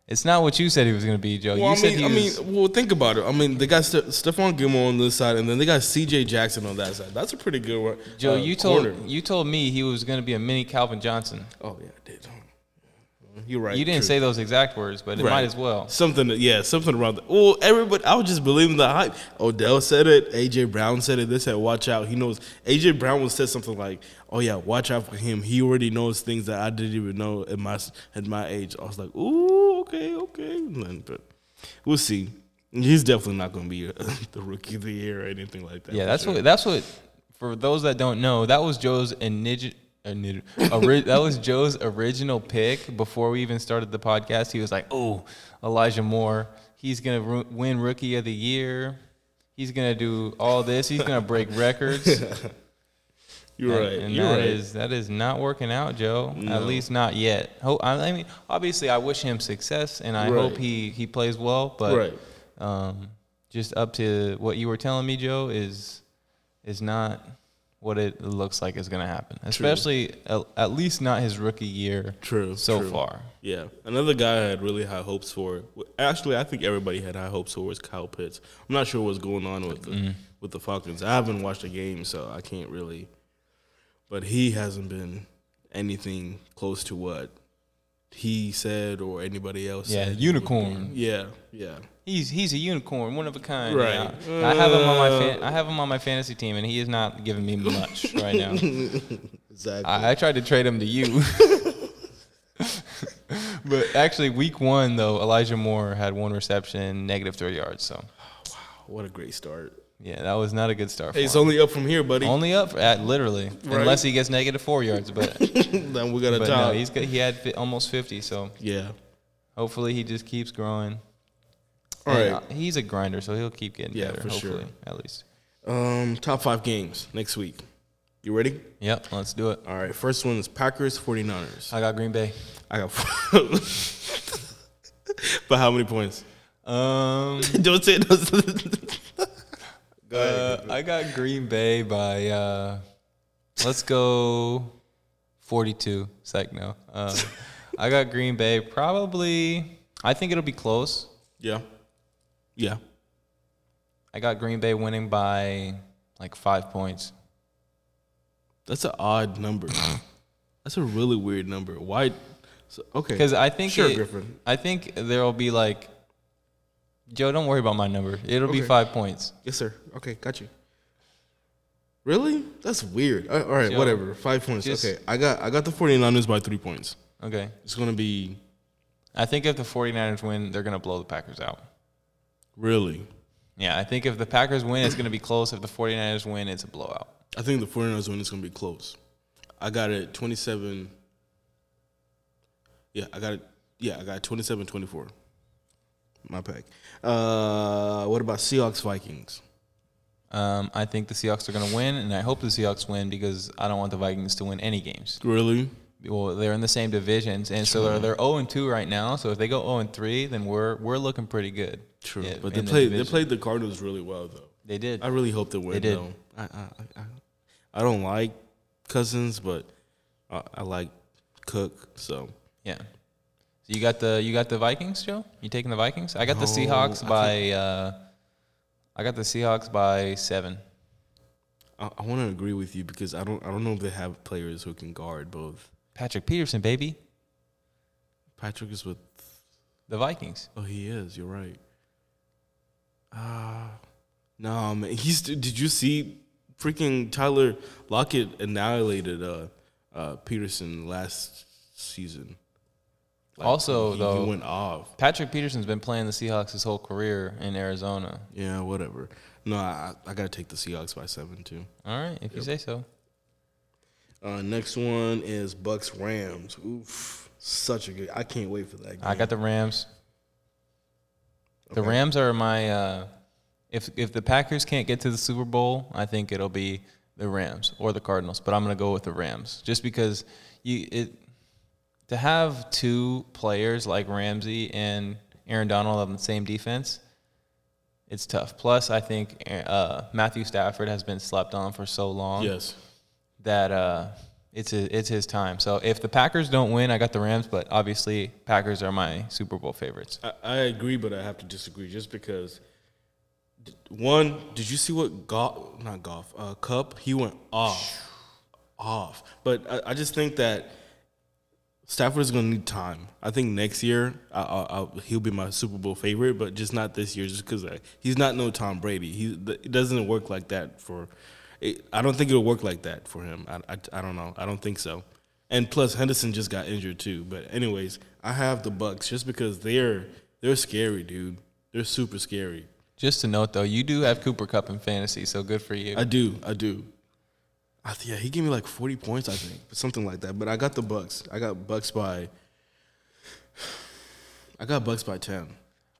A: it's not what you said he was going to be, Joe.
B: Well,
A: you
B: I
A: said
B: mean,
A: he
B: I mean,
A: was-
B: well, think about it. I mean, they got Ste- Stephon Gilmore on this side, and then they got C.J. Jackson on that side. That's a pretty good one.
A: Joe,
B: uh,
A: you told
B: corner.
A: you told me he was going to be a mini Calvin Johnson.
B: Oh yeah, I did. You're right.
A: You didn't
B: true.
A: say those exact words, but it
B: Right.
A: might as well.
B: Something, that- yeah, something around. The, well, everybody, I was just believing the hype. Odell said it. AJ Brown said it. They said, "Watch out." He knows. AJ Brown was said something like, "Oh yeah, watch out for him. He already knows things that I didn't even know at my at my age." I was like, "Ooh, okay, okay." And then, but We'll see. He's definitely not going to be uh the rookie of the year or anything like that.
A: Yeah,
B: for
A: that's
B: sure.
A: what that's what for those that don't know, that was Joe's inigi- inigi- ori- that was Joe's original pick before we even started the podcast. He was like, "Oh, Elijah Moore, he's going to ru- win rookie of the year. He's going to do all this. He's going to break records."
B: you're
A: And-
B: right.
A: And
B: you're
A: that
B: right.
A: is- that is not working out, Joe. At
B: No.
A: least not yet. Ho- I I mean, obviously, I wish him success, and I
B: Right.
A: hope he he plays well. But
B: Right.
A: um, just up to what you were telling me, Joe, is is not what it looks like is going to happen. Especially at, at least not his rookie year.
B: True,
A: So
B: true.
A: far,
B: Yeah, another guy I had really high hopes for. Actually, I think everybody had high hopes for was Kyle Pitts. I'm not sure what's going on with the,
A: Mm-hmm.
B: with the Falcons. I haven't watched a game, so I can't really. But he hasn't been anything close to what he said or anybody else.
A: yeah,
B: said.
A: unicorn.
B: yeah, yeah.
A: He's he's a unicorn, one of a kind.
B: Right.
A: now. I have him on my fan, I have him on my fantasy team, and he is not giving me much right now.
B: Exactly.
A: I, I tried to trade him to you. but actually, week one, though, Elijah Moore had one reception, negative three yards. So, Ah.
B: what a great start.
A: yeah, that was not a good start for
B: Hey, it's
A: him.
B: only up from here, buddy.
A: Only up at literally, unless he gets negative four yards. But,
B: then we got a
A: but no,
B: top.
A: he's good. he had fi- almost 50. So,
B: yeah.
A: hopefully, he just keeps growing.
B: All
A: And,
B: right.
A: uh, he's a grinder, so he'll keep getting
B: Yeah,
A: better,
B: for sure.
A: hopefully, at least.
B: Um, top five games next week. You ready?
A: Yep, let's do it.
B: All right. First one is Packers 49ers.
A: I got Green Bay.
B: I got four. but how many points?
A: Um,
B: Don't say those. Go ahead.
A: Uh, I got Green Bay by uh, let's go 42 sec no. Uh, I got Green Bay probably I think it'll be close.
B: yeah. Yeah.
A: I got Green Bay winning by like 5 points.
B: That's an odd number. That's a really weird number. Why? So, okay.
A: Cuz I think
B: Sure,
A: it-
B: Griffin.
A: I think there'll be like Joe, don't worry about my number. It'll be
B: Okay.
A: 5 points.
B: Yes, sir. Okay. Got you. Really? That's weird. Uh, All right.
A: Yo,
B: whatever. Five points.
A: just-
B: okay. I got I got the 49ers by three points.
A: Okay.
B: It's going to be
A: I think if the 49ers win, they're going to blow the Packers out.
B: really.
A: Yeah, I think if the Packers win, it's going to be close. If the 49ers win, it's a blowout.
B: I think the 49ers win is going to be close. I got it 27. Yeah, I got it. Yeah, I got it 27 24. My pack. Uh, what about Seahawks Vikings?
A: Um, I think the Seahawks are going to win, and I hope the Seahawks win because I don't want the Vikings to win any games.
B: Really?
A: Well, they're in the same divisions, and so they're, they're 0 and 2 right now. So if they go 0 and 3, then we're we're looking pretty good.
B: True.
A: Yeah,
B: but they
A: in the
B: played they
A: division.
B: played the Cardinals really well though.
A: They did.
B: I really hope they win
A: did.
B: though. I, I I I don't like Cousins, but I, I like Cook. So
A: yeah. So you got the you got the Vikings, Joe. You taking the Vikings? I got the
B: No,
A: Seahawks
B: I
A: by. Uh, I got the Seahawks by seven.
B: I, I want to agree with you because I don't I don't know if they have players who can guard both.
A: Patrick Peterson, baby.
B: Patrick is with
A: The Vikings.
B: Oh, he is. You're right. Ah, no, man. He's. Did you see freaking Tyler Lockett annihilated uh, uh, Peterson last season?
A: also,
B: he,
A: though,
B: he went off.
A: Patrick Peterson's been playing the Seahawks his whole career in Arizona.
B: Yeah, whatever. No, I, I gotta take the Seahawks by seven too.
A: All right, if you say so.
B: Uh, next one is Bucks Rams. Oof, such a good. I can't wait for that. Game.
A: I got the Rams. The Rams are my. Uh, if if the Packers can't get to the Super Bowl, I think it'll be the Rams or the Cardinals. But I'm gonna go with the Rams just because you it to have two players like Ramsey and Aaron Donald on the same defense. It's tough. Plus, I think uh, Matthew Stafford has been slept on for so long
B: yes.
A: that uh, it's his, it's his time. So if the Packers don't win, I got the Rams, but obviously Packers are my Super Bowl favorites.
B: I, I agree, but I have to disagree just because. d- One, did you see what golf? Not golf. Uh, Cup. He went off, off. But I, I just think that Stafford is gonna need time. I think next year I, I, I, he'll be my Super Bowl favorite, but just not this year, just because he's not no Tom Brady. He th- it doesn't work like that for. It, I don't think it'll work like that for him. I, I, I don't know. I don't think so. And plus Henderson just got injured too. But anyways, I have the Bucks just because they're they're scary, dude. They're super scary.
A: Just to note though, you do have Cooper Cup in fantasy, so good for you.
B: I do. I do. I th- yeah, he gave me like 40 points, I think, something like that. But I got the Bucks. I got Bucks by. I got Bucks by 10.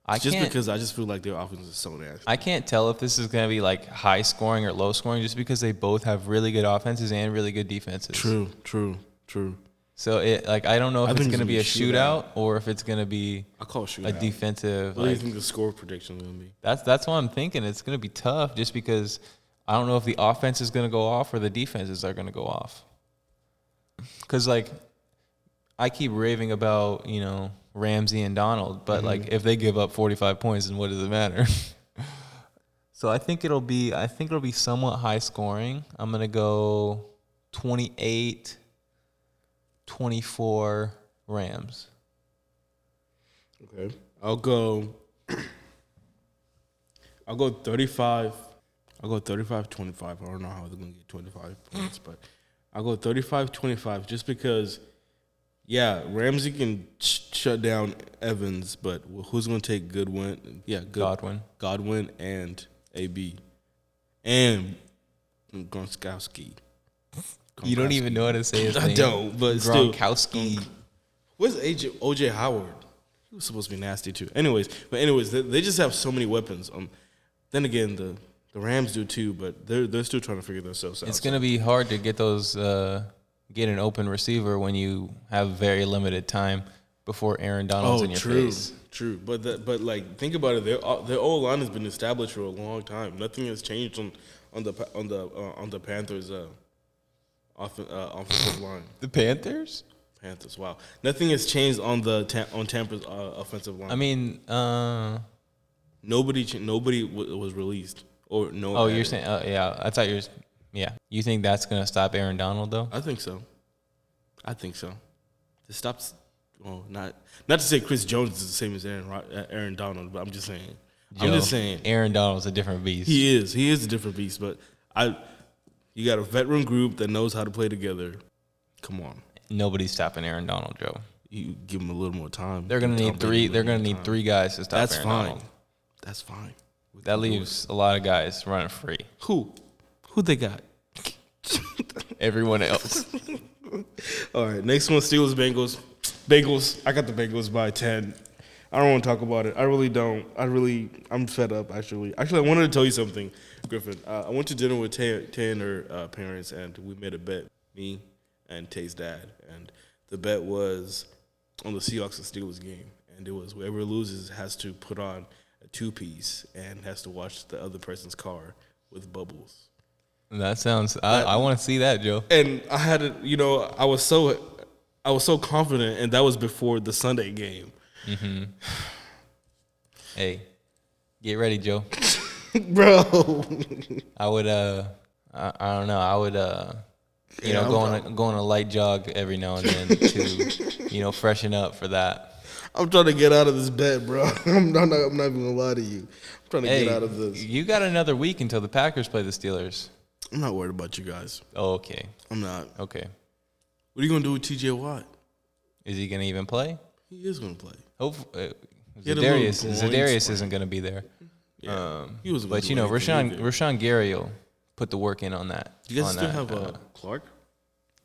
A: I
B: just
A: can't-
B: because I just feel like their offense is so nasty.
A: I can't tell if this is going to be like high scoring or low scoring just because they both have really good offenses and really good defenses.
B: True, true, true.
A: So it like I don't know if
B: I
A: it's
B: think
A: going to be a
B: it's gonna be a
A: shootout or if it's going to be
B: I call it shootout.
A: a defensive
B: What do you
A: like
B: think the score prediction will be?
A: that's that's what I'm thinking it's going to be tough just because I don't know if the offense is going to go off or the defenses are going to go off. Cuz like I keep raving about, you know, Ramsey and Donald, but like
B: Mm-hmm.
A: if they give up 45 points then what does it matter? so I think it'll be I think it'll be somewhat high scoring. I'm going to go 28 24 Rams.
B: Okay. I'll go. I'll go 35. I'll go 35 25. I don't know how they're going to get 25 points, but I'll go 35 25 just because, yeah, Ramsey can sh- shut down Evans, but wh- who's going to take Goodwin? Yeah, good,
A: Godwin.
B: Godwin and AB. And Gronkowski.
A: You don't
B: Gronkowski.
A: even know how to say his
B: I
A: name.
B: don't, but still.
A: Gronkowski.
B: Where's AJ, OJ Howard? He was supposed to be nasty too. Anyways, but anyways, they, they just have so many weapons. Um, then again, the, the Rams do too, but they're they're still trying to figure themselves out.
A: It's going to be hard to get those uh, get an open receiver when you have very limited time before Aaron Donald's
B: oh,
A: in your
B: true,
A: face.
B: true. But that, but like, think about it. Their uh, their old line has been established for a long time. Nothing has changed on on the on the uh, on the Panthers' uh, off, uh, offensive line.
A: The Panthers?
B: Panthers. Wow, nothing has changed on the Tam- on Tampa's uh, offensive line.
A: I mean, uh,
B: nobody ch- nobody w- was released or no.
A: oh, you're
B: added.
A: saying, uh, yeah, I thought you were, yeah. You think that's going to stop Aaron Donald, though?
B: I think so. I think so. It stops. Well, not not to say Chris Jones is the same as Aaron Rod- uh, Aaron Donald, but I'm just saying. I'm
A: Joe,
B: just saying
A: Aaron Donald's a different beast.
B: he is. He is a different beast, but I. You got a veteran group that knows how to play together. Come on,
A: Nobody's stopping Aaron Donald, Joe.
B: you give them a little more time.
A: They're going to
B: Tom
A: need
B: Brady
A: three.
B: a little
A: They're going
B: more
A: to need
B: time.
A: three guys to stop
B: That's
A: Aaron
B: fine.
A: Donald.
B: That's fine. We
A: That
B: can do it.
A: leaves a lot of guys running free.
B: who? Who they got?
A: Everyone else.
B: All right, next one Steelers Bengals. Bengals. I got the Bengals by 10. I don't want to talk about it. I really don't. I really, I'm fed up, actually. Actually, I wanted to tell you something, Griffin. Uh, I went to dinner with Tay Tay and her uh, parents, and we made a bet, me and Tay's dad. And the bet was on the Seahawks and Steelers game. And it was whoever loses has to put on a two piece and has to watch the other person's car with bubbles.
A: that sounds. I, I want to see that, Joe.
B: and I had it. You know, I was so, I was so confident, and that was before the Sunday game,
A: Hey, get ready, Joe.
B: bro.
A: I would uh I, I don't know, I would uh you
B: Yeah,
A: know, go
B: I
A: on
B: would-
A: a go on a light jog every now and then to you know, freshen up for that.
B: I'm trying to get out of this bed, bro. I'm not, I'm not, I'm not even gonna lie to you. I'm trying to
A: Hey,
B: get out of this.
A: you got another week until the Packers play the Steelers.
B: I'm not worried about you guys.
A: Oh, okay.
B: I'm not.
A: Okay.
B: What are you gonna do with T.J. Watt?
A: Is he going to even play?
B: He is gonna play.
A: Hope uh,
B: had a little
A: Zadarius
B: groin
A: Zadarius isn't going to be there. Um
B: He was.
A: but you know, Rashawn Rashawn Gary will put the work in on that.
B: You guys
A: on
B: still
A: that,
B: have
A: uh,
B: uh, Clark.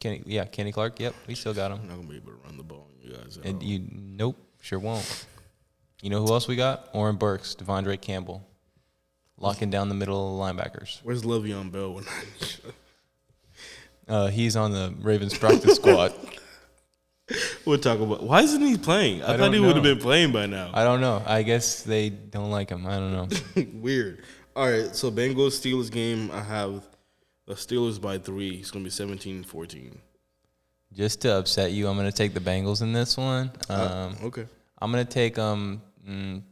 A: Kenny yeah, Kenny Clark. Yep, we still got him.
B: I'm not gonna be able to run the ball on you guys. at
A: And
B: all.
A: you nope, sure won't. You know who else we got? Oren Burks, Devondre Campbell, locking down the middle linebackers.
B: Where's Le'Veon Bell? When I,
A: Uh, he's on the Ravens practice squad.
B: we'll talk about why isn't he playing? I,
A: don't
B: thought he would have
A: know.
B: been playing by now.
A: I don't know. I guess they don't like him. I don't know.
B: Weird. All right, so Bengals Steelers game. I have the Steelers by three. It's gonna be 17-14.
A: Just to upset you, I'm gonna take the Bengals in this one. Um,
B: Okay.
A: I'm gonna take um mm,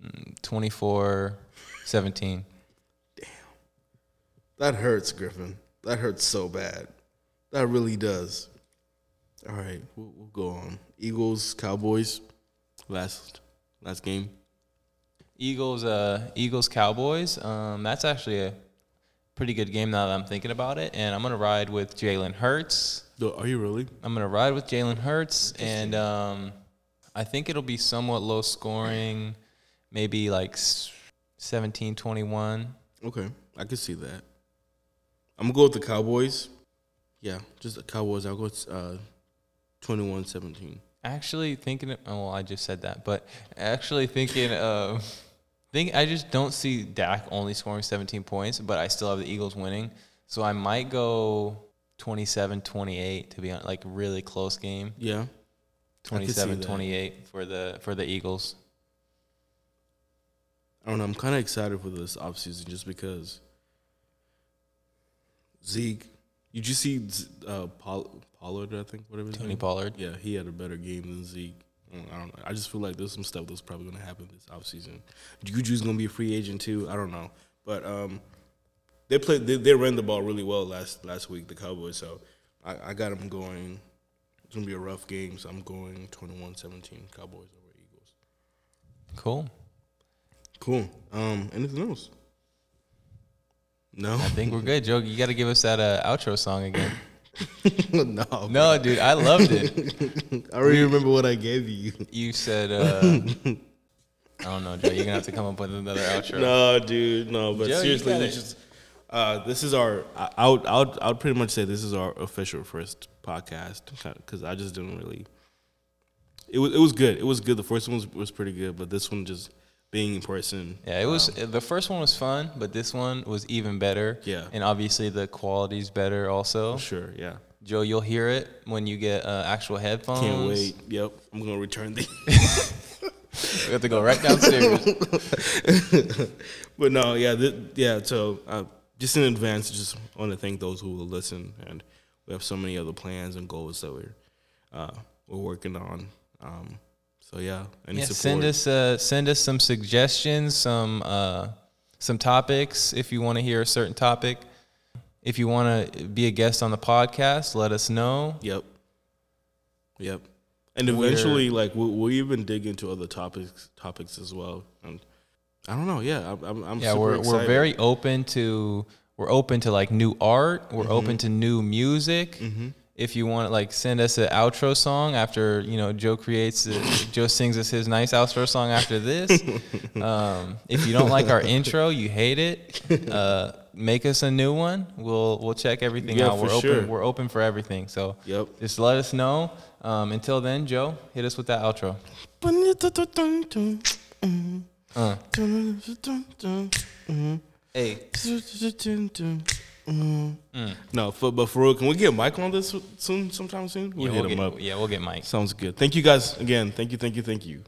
A: mm, 24-17.
B: That hurts, Griffin. That hurts so bad. That really does. All right, we'll, we'll go on. Eagles Cowboys. Last last game.
A: Eagles, uh, Eagles, Cowboys. Um, that's actually a pretty good game now that I'm thinking about it. And I'm gonna ride with Jalen Hurts.
B: No, Are you really?
A: I'm gonna ride with Jalen Hurts, and um, I think it'll be somewhat low scoring. maybe like s- 17, 21.
B: Okay, I can see that. I'm gonna go with the Cowboys. Yeah, just the Cowboys. I'll go with uh, 21-17.
A: Actually thinking, of- oh, well, I just said that, but actually thinking, um, think I just don't see Dak only scoring 17 points, but I still have the Eagles winning. So I might go 27, 28 to be on, like really close game.
B: Yeah, I could see
A: 27,
B: that.
A: 28 for the, for the Eagles.
B: I don't know. I'm kind of excited for this offseason just because Zeke. Did you see Z- uh, Pol- Pollard? I think whatever. His
A: Tony
B: name?
A: Pollard.
B: Yeah, he had a better game than Zeke. I don't- I don't know. I just feel like there's some stuff that's probably going to happen this offseason. Juju's going to be a free agent too. I don't know, but um, they played. They, they ran the ball really well last last week, the Cowboys. So I, I got them going. It's going to be a rough game, so I'm going 21-17 Cowboys over Eagles.
A: Cool.
B: Cool. Um, anything else? No,
A: I think we're good, Joe. You got to give us that uh, outro song again.
B: no.
A: No, dude, I loved it.
B: I already remember what I gave you.
A: You said, uh, I don't know, Joe. You're gonna have to come up with another outro.
B: No, dude, no. But
A: Joe, you
B: seriously,
A: got
B: we
A: it.
B: just uh, this is our. I, I would, I would, I would pretty much say this is our official first podcast because I just didn't really. It was, it was good. It was good. The first one was, was pretty good, but this one just being in person.
A: Yeah, it was. the first one was fun, but this one was even better.
B: Yeah.
A: and obviously the quality's better. Also,
B: Sure, yeah.
A: Joe, you'll hear it when you get uh, actual headphones.
B: Can't wait. Yep, I'm gonna return these.
A: We have to go right downstairs.
B: but no, yeah, th- yeah. So uh, just in advance, just want to thank those who will listen, and we have so many other plans and goals that we're uh, we're working on. Um, so yeah, any
A: yeah,
B: support?
A: send us, uh, send us some suggestions, some uh, some topics if you want to hear a certain topic. If you want to be a guest on the podcast, let us know.
B: Yep. Yep. And eventually, like we we even dig into other topics topics as well. And I don't know. Yeah, I'm. I'm, I'm
A: yeah
B: super
A: we're,
B: excited.
A: we're very open to we're open to like new art
B: Mm-hmm.
A: we're open to new music if you want like send us an outro song after you know joe creates a, joe sings us his nice outro song after this um, if you don't like our intro you hate it uh, make us a new one we'll we'll check everything
B: Yeah,
A: out
B: for
A: we're open
B: sure.
A: we're open for everything so
B: Yep.
A: just let us know um, until then joe hit us with that outro uh, hey Mm.
B: No, for, but for real, can we get Mike on this soon? Sometime soon, we'll
A: yeah,
B: hit
A: we'll
B: him
A: get,
B: up.
A: yeah we'll get mike
B: Sounds good. Thank you guys again. Thank you, thank you, thank you.